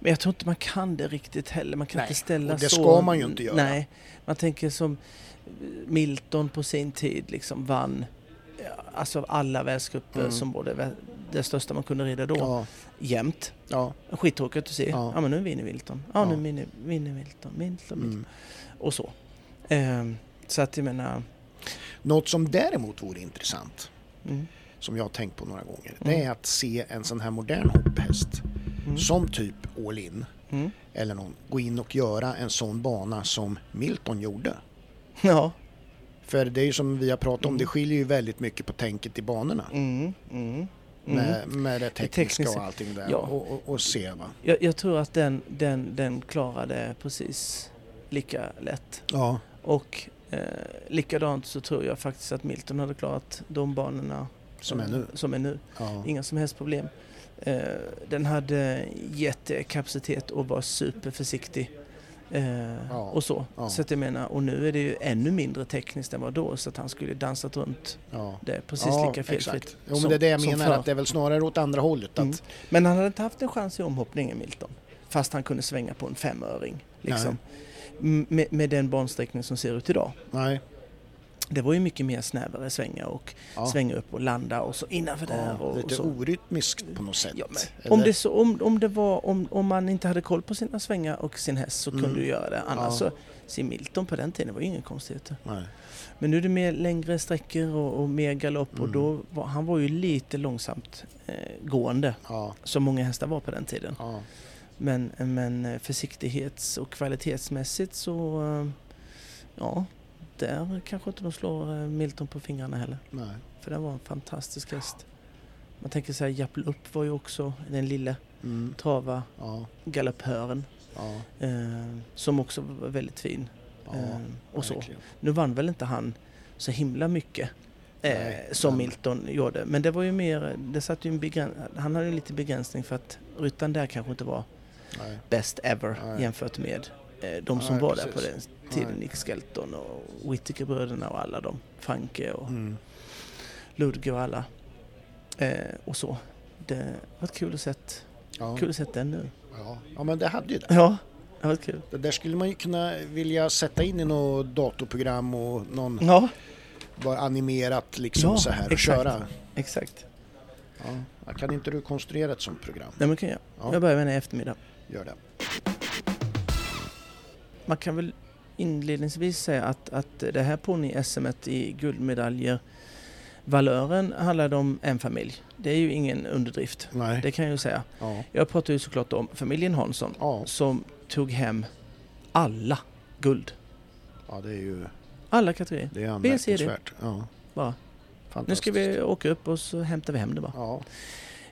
A: Men jag tror inte man kan det riktigt heller. Man kan
B: Nej,
A: inte ställa
B: och det
A: så.
B: ska man ju inte göra.
A: Nej, man tänker som eh, Milton på sin tid liksom vann ja, alltså alla världscuper
B: Mm.
A: som både vä- det största man kunde rida då,
B: Ja,
A: jämt.
B: ja,
A: Skittråkigt att se. Ja.
B: Ja.
A: men nu vinner Wilton. Ja,
B: Ja.
A: nu vinner, vinner Wilton. Milton, Milton.
B: mm.
A: Och så. Ehm, så att jag menar...
B: Något som däremot vore intressant,
A: Mm,
B: som jag har tänkt på några gånger,
A: Mm.
B: det är att se en sån här modern hopphäst
A: mm,
B: som typ All In
A: mm.
B: eller någon, gå in och göra en sån bana som Milton gjorde.
A: Ja.
B: För det är ju som vi har pratat om,
A: Mm.
B: det skiljer ju väldigt mycket på tänket i banorna.
A: Mm, mm, mm.
B: Med, med det tekniska
A: tekniska.
B: och allting där.
A: Ja.
B: Och, och, och se va.
A: Jag, jag tror att den, den, den klarade precis lika lätt.
B: Ja.
A: Och eh, likadant så tror jag faktiskt att Milton hade klarat de banorna
B: Som är nu.
A: Som är nu.
B: Ja.
A: Inga som helst problem. Eh, den hade jättekapacitet och var superförsiktig. Eh,
B: Ja,
A: och så.
B: ja.
A: Så att jag menar, och nu är det ju ännu mindre tekniskt än vad då så att han skulle dansat runt
B: ja.
A: det precis
B: ja,
A: lika felfritt.
B: exakt. Jo, men
A: som-
B: det är det jag
A: som
B: menar,
A: förr.
B: att det är väl snarare åt andra hållet. Att,
A: Mm. Men han hade inte haft en chans i omhoppningen Milton. Fast han kunde svänga på en femöring. Liksom. M- Med, med den bansträckning som ser ut idag.
B: Nej.
A: Det var ju mycket mer snävare svängar och
B: Ja.
A: svänga upp och landa och så innanför där
B: Ja,
A: och, och
B: lite
A: så.
B: orytmiskt på något sätt.
A: Ja, men,
B: eller?
A: om, det så, om, om, det var, om, om man inte hade koll på sina svängar och sin häst så kunde
B: Mm.
A: du göra det. Annars så,
B: Ja.
A: se Milton på den tiden var ju inga konstigheter.
B: Nej.
A: Men nu är det mer längre sträckor och, och mer galopp och
B: Mm.
A: då var, han var ju lite långsamt eh, gående.
B: Ja,
A: Som många hästar var på den tiden.
B: ja.
A: Men, men eh, försiktighets och kvalitetsmässigt så eh, ja, där kanske inte de slår eh, Milton på fingrarna heller.
B: Nej.
A: För det var en fantastisk häst. Man tänker så här, Jappel Upp var ju också den lilla
B: Mm.
A: trava
B: Ja,
A: galoppören
B: ja,
A: eh, som också var väldigt fin.
B: ja.
A: eh, och så.
B: verkligen.
A: Nu vann väl inte han så himla mycket eh,
B: Nej,
A: som
B: men-
A: Milton gjorde. Men det var ju mer, det satt ju en begräns- han hade ju lite begränsning för att ryttaren där kanske inte var
B: Nej.
A: best ever
B: Nej.
A: jämfört med eh, de som
B: Nej,
A: var där
B: precis.
A: på den tiden.
B: Nej.
A: Nick Skelton och Whittaker-bröderna och alla de. Franke och
B: Mm.
A: Ludger och alla. Eh, och så. Det har varit kul att sett,
B: Ja,
A: kul att sett den nu.
B: ja. ja, men det hade ju det.
A: Ja, det har varit kul.
B: Det där skulle man ju kunna vilja sätta in i något datorprogram och någon
A: Ja,
B: var animerat liksom
A: Ja,
B: så här och
A: exakt.
B: köra.
A: exakt.
B: Ja. Ja, Kan inte du konstruera ett sånt program?
A: Nej men kan jag.
B: Ja.
A: Jag börjar med den i eftermiddag.
B: Gör det.
A: Man kan väl inledningsvis säga att, att det här ponny-SM i guldmedaljer valören handlade om en familj. Det är ju ingen underdrift.
B: Nej.
A: Det kan jag ju säga.
B: Ja.
A: Jag pratar ju såklart om familjen Hansson
B: Ja.
A: som tog hem alla guld.
B: ja, det är ju
A: Alla kategorier.
B: det är
A: Vi ser det.
B: anmärkningsvärt. Ja.
A: Bara. Nu
B: Fantastiskt.
A: ska vi åka upp och så hämtar vi hem det bara.
B: Ja,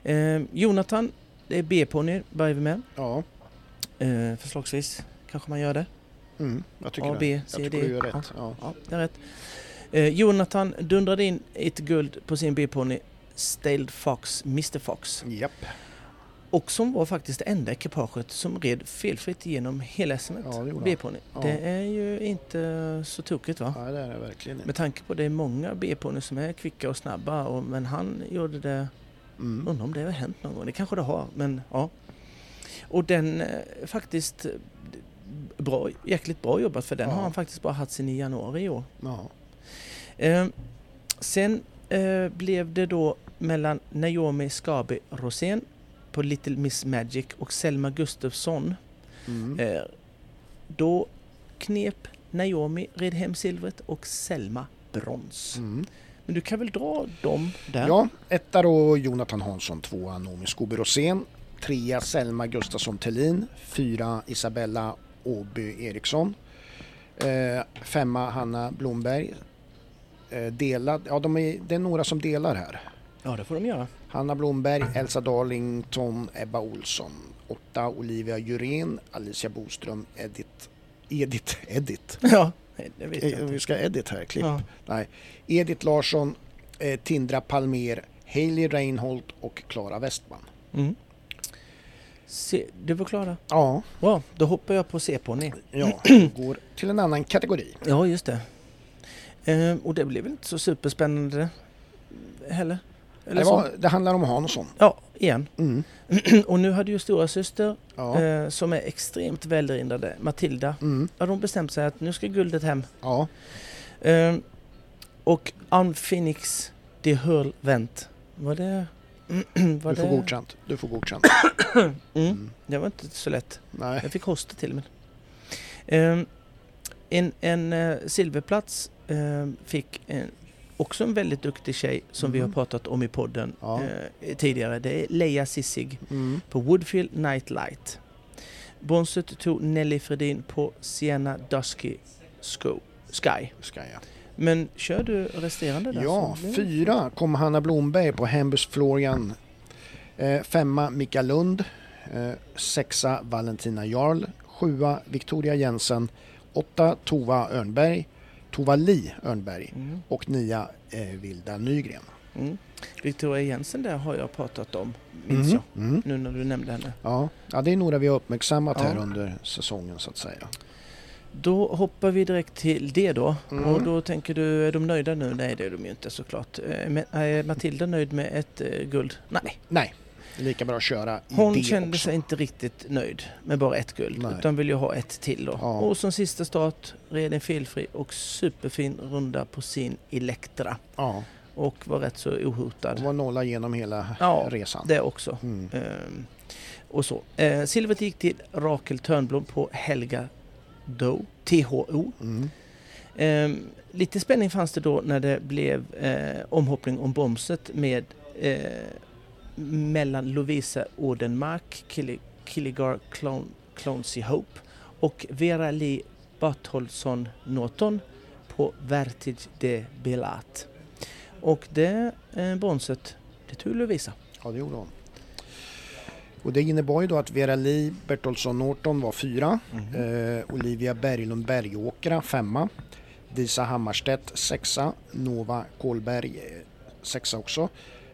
A: Eh, Jonathan, det är B-ponny, börjar vi med.
B: ja.
A: Eh, förslagsvis kanske man gör det.
B: Mm. jag tycker
A: A,
B: det.
A: B,
B: Jag
A: C,
B: tycker
A: D.
B: du gör
A: Ja.
B: rätt. Ja.
A: Ja, det är rätt. Eh, Jonathan dundrade in ett guld på sin B-ponny Staled Fox, Mr Fox.
B: Japp.
A: Och som var faktiskt det enda ekipaget som red felfritt genom hela SM.
B: Ja, det gjorde han.
A: B-ponny.
B: Ja.
A: Det är ju inte så tokigt va?
B: Ja, det är det verkligen.
A: Med tanke på det är många B-ponnyer som är kvicka och snabba och, men han gjorde det,
B: Mm.
A: undrar om det har hänt någon gång, det kanske det har men ja. Och den eh, faktiskt eh, bra, jäkligt bra jobbat för den
B: Ja.
A: har han faktiskt bara haft sin i januari i år.
B: Ja.
A: Eh, sen eh, blev det då mellan Naomi Skabi Rosén på Little Miss Magic Eh, och Selma Gustafsson.
B: Mm.
A: Eh, då knep Naomi red hem silvret och Selma brons.
B: Mm.
A: Men du kan väl dra dem där?
B: Ja, etta då Jonathan Hansson, tvåa Noomi Skober Rosén, trea Selma Gustafsson Tellin, fyra Isabella Åby Eriksson, eh, femma Hanna Blomberg. Eh, delad, ja de är, det är några som delar här.
A: ja, det får de göra.
B: Hanna Blomberg, Elsa Darlington, Ebba Olsson. Åtta Olivia Jurén, Alicia Boström, Edith. Edith, Edith.
A: Ja, det vet jag
B: Eh,
A: inte.
B: Vi ska Edith här, klipp.
A: Ja.
B: Nej. Edith Larsson, eh, Tindra Palmér, Hailey Reinholt och Klara Westman.
A: Mm. Se, du var klara?
B: Ja,
A: Bra, då hoppar jag på C-ponny.
B: ja. vi går till en annan kategori.
A: Ja, just det. Ehm, och det blev väl inte så superspännande heller? Eller
B: Det,
A: så?
B: var, det handlar om Hansson.
A: Ja, igen.
B: Mm.
A: Och nu hade ju stora syster
B: Ja.
A: eh, som är extremt välrindrade, Matilda,
B: Mm.
A: hade hon bestämt sig att nu ska guldet hem.
B: Ja.
A: Ehm, och Ann Phoenix, de Hurl Vent. Var det... var
B: Du får
A: det...
B: godkänt. Du får godkänt.
A: Mm,
B: Mm.
A: det var inte så lätt.
B: Nej.
A: Jag fick hosta till mig. Ehm, en en eh, silverplats ehm, fick en, också en väldigt duktig tjej som vi har
B: Mhm.
A: pratat om i podden
B: Ja.
A: eh, tidigare. Det är Leia Sissig
B: Mm.
A: på Woodfield Night Light. Bronset tog Nelly Fredin på Sienna Dusky Sco- Sky.
B: Ska jag.
A: Men kör du resterande där?
B: Ja,
A: så blir det-
B: fyra kom Hanna Blomberg på Hembus Florian. Eh, femma Mika Lund. Eh, sexa Valentina Jarl. Sjua Victoria Jensen. Åtta Tova Örnberg. Tova Li Örnberg.
A: Mm.
B: Och nia eh, Vilda Nygren.
A: Mm. Victoria Jensen där har jag pratat om, minns
B: Mm.
A: jag.
B: Mm.
A: Nu när du nämnde henne.
B: Ja. ja, det är några vi har uppmärksammat
A: Ja.
B: här under säsongen så att säga.
A: Då hoppar vi direkt till det då.
B: Mm.
A: Och då tänker du, är de nöjda nu? Nej, det är de ju inte såklart. Eh, Men är Matilda nöjd med ett eh, guld? Nej,
B: Nej, lika bra att köra i
A: hon
B: det
A: kände
B: också.
A: sig inte riktigt nöjd med bara ett guld.
B: Nej.
A: Utan vill ju ha ett till då.
B: Ja.
A: Och som sista start, red en felfri och superfin runda på sin Elektra.
B: Ja,
A: Och var rätt så ohotad.
B: hon var nolla genom hela
A: Ja,
B: resan.
A: Det också.
B: Mm.
A: Ehm, och så. Eh, silvret gick till Rakel Törnblom på Helga Doe, THO.
B: Mm.
A: Ehm, lite spänning fanns det då när det blev eh, omhoppning om bromset med eh, mellan Lovisa Odenmark, Killi- Killigar Clon- Clonsey Hope och Vera Lee Bartholdsson Norton på Vertige de Belat. Och det eh, bronset, det tog Lovisa.
B: Ja, det gjorde hon. Och det innebar ju då att Vera Li Bertolsson Norton var fyra, eh, Olivia Berglund Bergåkra femma, Disa Hammarstedt sexa, Nova Kolberg eh, sexa också,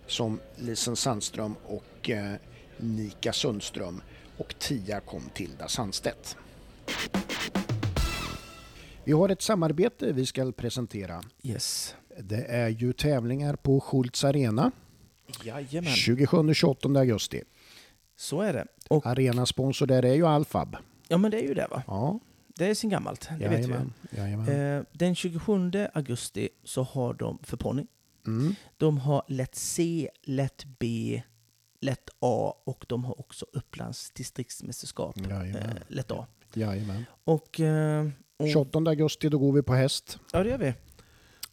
B: som Lisen Sandström och eh, Nika Sundström och tia kom Tilda Sandstedt. Vi har ett samarbete vi ska presentera.
A: Yes.
B: Det är ju tävlingar på Schultz Arena
A: Jajamän,
B: 27-28 augusti.
A: så är det. Och,
B: Arenasponsor där är ju Alfab.
A: ja men det är ju det va?
B: Ja,
A: Det är sin gammalt, det vet vi ju.
B: jajamän. jajamän.
A: Eh, den 27 augusti så har de för ponny.
B: Mm.
A: De har lätt C, lätt B, lätt A och de har också Upplands distriktsmästerskap, eh,
B: Jajamän.
A: lätt A.
B: jajamän.
A: Och, eh, och,
B: 28 augusti då går vi på häst.
A: ja, det gör vi.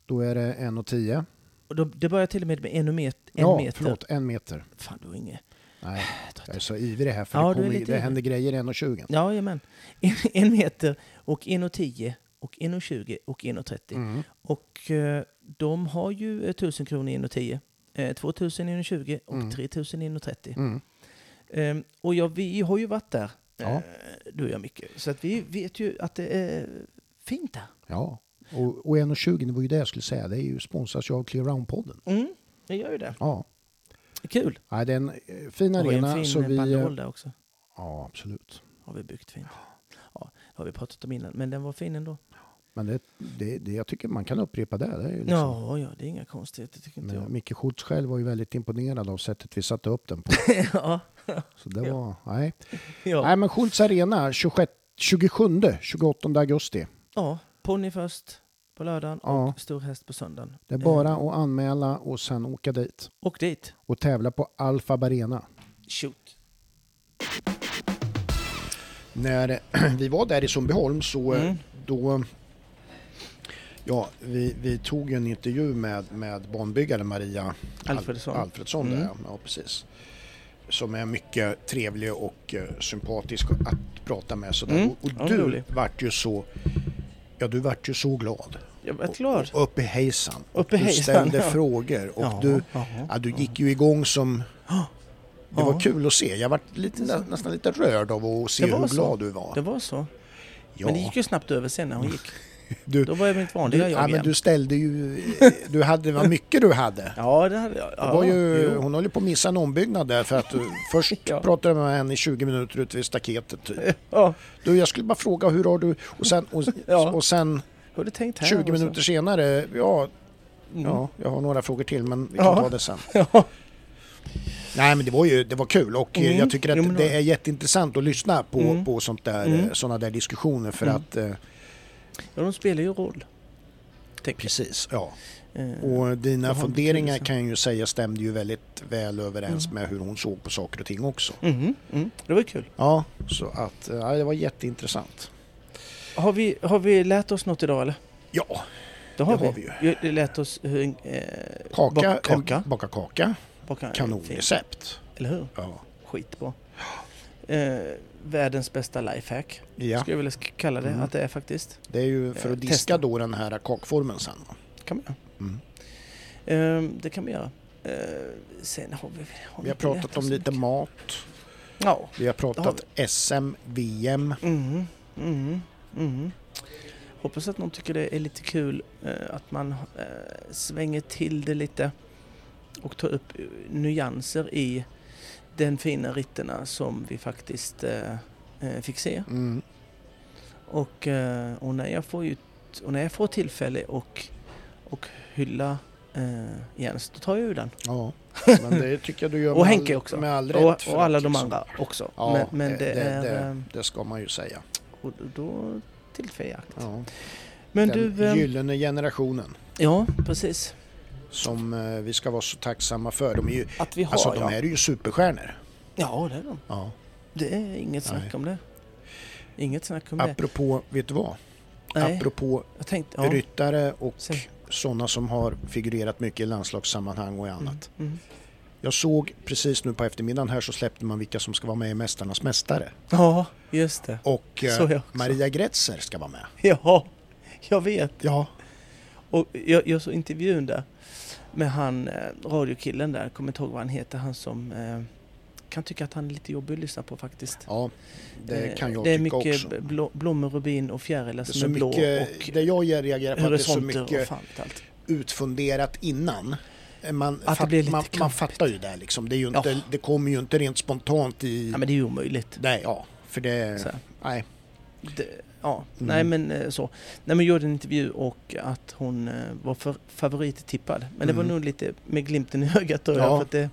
B: Då är det 1,10.
A: Och de, det börjar till och med med en, met, en
B: Ja,
A: meter.
B: förlåt, en meter.
A: Fan, du har inget.
B: Nej, jag är så ivrig här för
A: Ja,
B: det,
A: du är
B: kommer,
A: lite
B: det
A: ivrig.
B: händer grejer 1,20.
A: Ja, jajamän. En, en meter och en och tio och en och tjugo och en och trettio.
B: Mm.
A: Och eh, de har ju eh, 1000 kronor in och 10, eh, 2000 in och 20 och
B: Mm.
A: 3000 in och 30.
B: Mm.
A: Ehm, och jag, vi har ju varit där,
B: Ja.
A: eh, du och jag Micke, så att vi vet ju att det är fint där.
B: Ja, och, och 1,20 det var ju det jag skulle säga. Det är ju sponsras ju av Clear Round-podden.
A: Mm, det gör ju det.
B: Ja,
A: Kul!
B: Nej, det är en eh, fin
A: Och
B: arena.
A: en fin
B: så vi, eh,
A: banderoll där också.
B: ja, absolut.
A: Har vi byggt fint. Ja, det har vi pratat om innan, men den var fin ändå.
B: Men det, det, det, jag tycker man kan upprepa det. det är ju liksom,
A: Ja, ja, det är inga konstigheter tycker inte
B: Men Micke Schultz själv var ju väldigt imponerad av sättet vi satte upp den på.
A: jag. ja,
B: Så det
A: Ja.
B: var, nej.
A: ja.
B: nej men Schultz Arena 26, 27, 28 augusti.
A: ja, ponny först på lördagen
B: Ja,
A: och stor häst på söndagen.
B: det är
A: Eh,
B: bara att anmäla och sen åka dit.
A: Och dit.
B: Och tävla på Alfa Arena.
A: Shoot.
B: När vi var där i Sundbyholm så eh,
A: Mm.
B: då Ja, vi, vi tog ju en intervju med, med banbyggare Maria
A: Alfredsson.
B: Al- Alfredsson
A: Mm.
B: där, ja. ja, precis. Som är mycket trevlig och eh, sympatisk att prata med. Sådär.
A: Mm,
B: Och, och
A: ja,
B: du
A: rolig.
B: vart ju så Ja, du vart ju så glad.
A: Jag var klar.
B: Och, och upp i hejsan. Och
A: Upp i
B: du
A: hejsan,
B: ställde
A: ja.
B: frågor och
A: Ja,
B: du,
A: ja,
B: ja, du gick ju igång som... Det
A: Ja.
B: var kul att se. Jag var lite, nä- nästan lite rörd av att se
A: Det var
B: hur
A: så.
B: glad du var.
A: Det var så.
B: ja.
A: Men det gick ju snabbt över sen när hon gick.
B: du,
A: Då var jag mitt
B: du,
A: vanliga
B: ja,
A: jag
B: men
A: igen.
B: du ställde ju... Du hade, det var mycket du hade.
A: Ja, det hade jag. Ja,
B: Det var ju,
A: jo.
B: hon höll ju på att missa en ombyggnad där för att du, först
A: Ja.
B: pratade jag med henne i 20 minuter ute vid staketet. Typ.
A: Ja,
B: Du, jag skulle bara fråga hur har du... Och sen, och,
A: Ja.
B: och sen
A: har du tänkt här
B: 20
A: också?
B: minuter senare, ja,
A: Mm.
B: ja, jag har några frågor till men vi kan
A: Ja.
B: ta det sen.
A: Ja.
B: Nej men det var ju det var kul och eh,
A: Mm.
B: jag tycker att
A: Jo, men det
B: det
A: var-
B: är jätteintressant att lyssna på,
A: Mm.
B: på sånt där,
A: Mm.
B: mm. sådana där diskussioner för
A: Mm.
B: att eh,
A: ja, de spelar ju roll. Tänker
B: precis, ja.
A: jag. Eh,
B: Och dina
A: har
B: funderingar
A: betydelse.
B: kan jag ju säga stämde ju väldigt väl överens
A: Mm.
B: med hur hon såg på saker och ting också.
A: mhm, mm, det var ju kul.
B: Ja, så att eh, ja, det var jätteintressant.
A: Har vi, har vi lärt oss något idag eller?
B: Ja,
A: Det har
B: Det
A: vi.
B: har vi ju.
A: Vi har lärt oss hur en... Eh,
B: kaka,
A: bak- kaka.
B: eh, baka kaka,
A: Baka, fin-
B: kanonrecept.
A: Eller hur?
B: Ja.
A: Skitbra. Eh, världens bästa lifehack,
B: ja,
A: skulle jag vilja sk- kalla det
B: Mm.
A: att det är faktiskt.
B: det är ju för
A: Eh,
B: att diska
A: testa.
B: då den här kakformen sen.
A: kan man göra.
B: Mm.
A: Ehm, det kan man göra. Ehm, sen har vi... Har
B: Vi har
A: inte lärt
B: pratat
A: oss
B: om
A: så
B: lite
A: mycket.
B: mat,
A: Ja.
B: vi har
A: har
B: pratat SM, VM.
A: Mm, mm, mm. Hoppas att någon tycker det är lite kul eh, att man eh, svänger till det lite och tar upp eh, nyanser i den fina ritterna som vi faktiskt eh, eh, fick se.
B: Mm.
A: Och, eh, och, när jag får ut, och när jag får tillfälle och, och hylla eh, Jens, då tar jag ju den.
B: Ja, men det tycker jag du gör
A: Och
B: med
A: Henke
B: all,
A: också.
B: Med all rätt.
A: Och,
B: för
A: och alla
B: att
A: de
B: liksom-
A: andra också.
B: Ja,
A: men, men
B: det-
A: det,
B: det-
A: är...
B: det-
A: eh,
B: Det ska man ju säga.
A: Och då tillför jag jakt.
B: Ja.
A: Men
B: den
A: du... eh,
B: gyllene generationen
A: Ja, precis.
B: som eh, vi ska vara så tacksamma för. De är ju,
A: Att vi har...
B: alltså de
A: ja.
B: här är ju superstjärnor.
A: ja, det är de.
B: Ja.
A: Det är inget snack
B: Nej.
A: om det. Inget snack om
B: Apropå, vet du vad?
A: det. Nej,
B: Apropå
A: jag tänkte... Ja.
B: ryttare och
A: Säg.
B: sådana som har figurerat mycket i landslagssammanhang och annat.
A: Mm, mm.
B: Jag såg precis nu på eftermiddagen här så släppte man vilka som ska vara med i Mästarnas Mästare.
A: Ja, just det.
B: Och eh,
A: Så jag också.
B: Maria Gretzer ska vara med.
A: Ja, jag vet.
B: Ja.
A: Och jag, jag såg intervjun där med han eh, radiokillen där, kommer inte ihåg vad han heter, han som eh, kan tycka att han är lite jobbig att lyssna på faktiskt.
B: Ja, det
A: Eh,
B: kan jag
A: Det är
B: tycka
A: mycket
B: också.
A: bl- blå, blommor, rubin och fjärilar
B: Det är
A: som
B: så
A: är, blå
B: mycket,
A: och
B: det jag reagerar på är att det är så
A: horisonter och
B: mycket
A: fan vet allt.
B: utfunderat innan. Eh, Man,
A: det
B: fatt,
A: blir lite
B: man, man
A: klumpigt.
B: fattar ju det liksom. Det, är ju
A: Ja.
B: inte, det kommer ju inte rent spontant i...
A: Ja, men det är ju omöjligt.
B: Nej, ja. För det...
A: Så här.
B: Eh, Nej. Mm.
A: Det, ja, nej men eh, så. Nej men gjorde en intervju och att hon eh, var för favorittippad. Men det var
B: Mm.
A: nog lite med glimten i ögat då. Ja.
B: Ja.
A: För att det,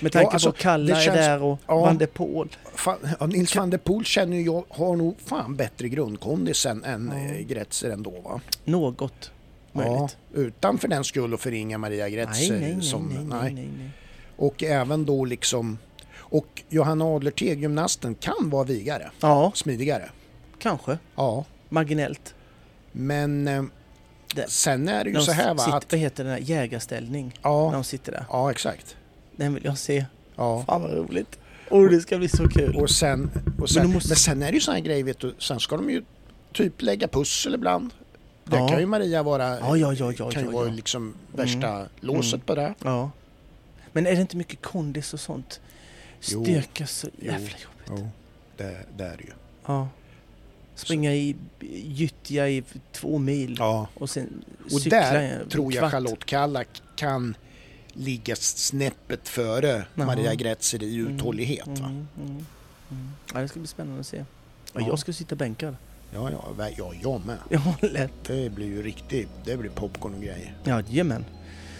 A: med tanke
B: alltså,
A: på att Kalla
B: det
A: är
B: känns-
A: där och
B: ja.
A: Van de Paul.
B: Fan, ja, Nils van der Poel känner ju jag har nog fan bättre grundkondis än, än eh, Gretzer ändå va?
A: Något möjligt.
B: Ja, utan för den skull att förringa Maria
A: Nej,
B: Gretzer.
A: nej, nej,
B: som,
A: nej, nej, nej, nej.
B: Och även då liksom... Och Johanna Adlerteg, gymnasten, kan vara vigare.
A: Ja,
B: Smidigare.
A: kanske.
B: Ja.
A: Marginellt.
B: Men eh,
A: Det-
B: sen är det ju
A: När
B: så
A: hon
B: här va?
A: sitter,
B: Att,
A: Vad heter den där jägarställning? När
B: ja,
A: hon sitter där.
B: ja, exakt.
A: Den vill jag se.
B: Ja.
A: Fan vad roligt. Och det ska bli så kul.
B: Och sen, och sen,
A: Men
B: men,
A: du måste-
B: sen är det ju sån här grej, vet du, sen ska de ju typ lägga pussel ibland. Där
A: Ja.
B: kan ju Maria vara,
A: ja, ja, ja, ja,
B: kan
A: ja,
B: ju
A: Mm.
B: vara
A: ja.
B: liksom värsta låset på det.
A: ja. Men är det inte mycket kondis och sånt?
B: Jo.
A: Stöka så
B: Jo.
A: jävla jobbigt.
B: Det, det är det ju.
A: Ja. Springa i, gyttja i två mil
B: Ja.
A: och sen
B: Och
A: cykla
B: där
A: en
B: tror jag
A: kvart.
B: Charlotte Kallak kan ligga snäppet före
A: Jaha.
B: Maria Gretzer i
A: Mm.
B: uthållighet.
A: Mm,
B: Va?
A: mm, mm. Ja, det ska bli spännande att se. Ja.
B: Ja.
A: Jag ska sitta bänkad.
B: Ja, ja, va- ja, jag med.
A: Ja, lätt.
B: Det blir ju riktigt, det blir popcorn och grejer.
A: Jajamän.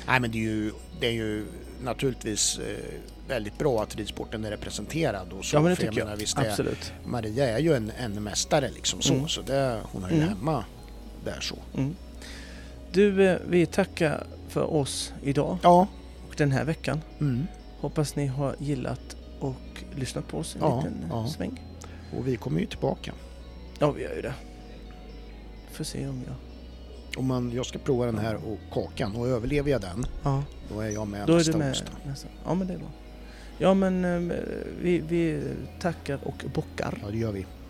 B: Nej men det är ju, det är ju naturligtvis eh, väldigt bra att ridsporten är representerad och så.
A: Ja, men det
B: för jag
A: tycker jag.
B: menar, visst är,
A: Absolut.
B: Maria är ju en, en mästare liksom så,
A: Mm.
B: så det, hon är ju
A: Mm.
B: hemma där så.
A: Mm. Du, eh, vi tackar för oss idag
B: Ja.
A: och den här veckan.
B: Mm.
A: Hoppas ni har gillat och lyssnat på oss en
B: Ja,
A: liten eh,
B: ja.
A: sväng.
B: Och vi kommer ju tillbaka.
A: Ja, vi gör ju det. Får se om jag
B: Om man, jag ska prova den här och kakan och överlever jag den,
A: Ja,
B: då är jag med
A: då är
B: nästa
A: du med
B: onsdag.
A: nästa. Ja, men det är bra. Ja, men eh, vi, vi tackar och bockar.
B: Ja, det gör vi.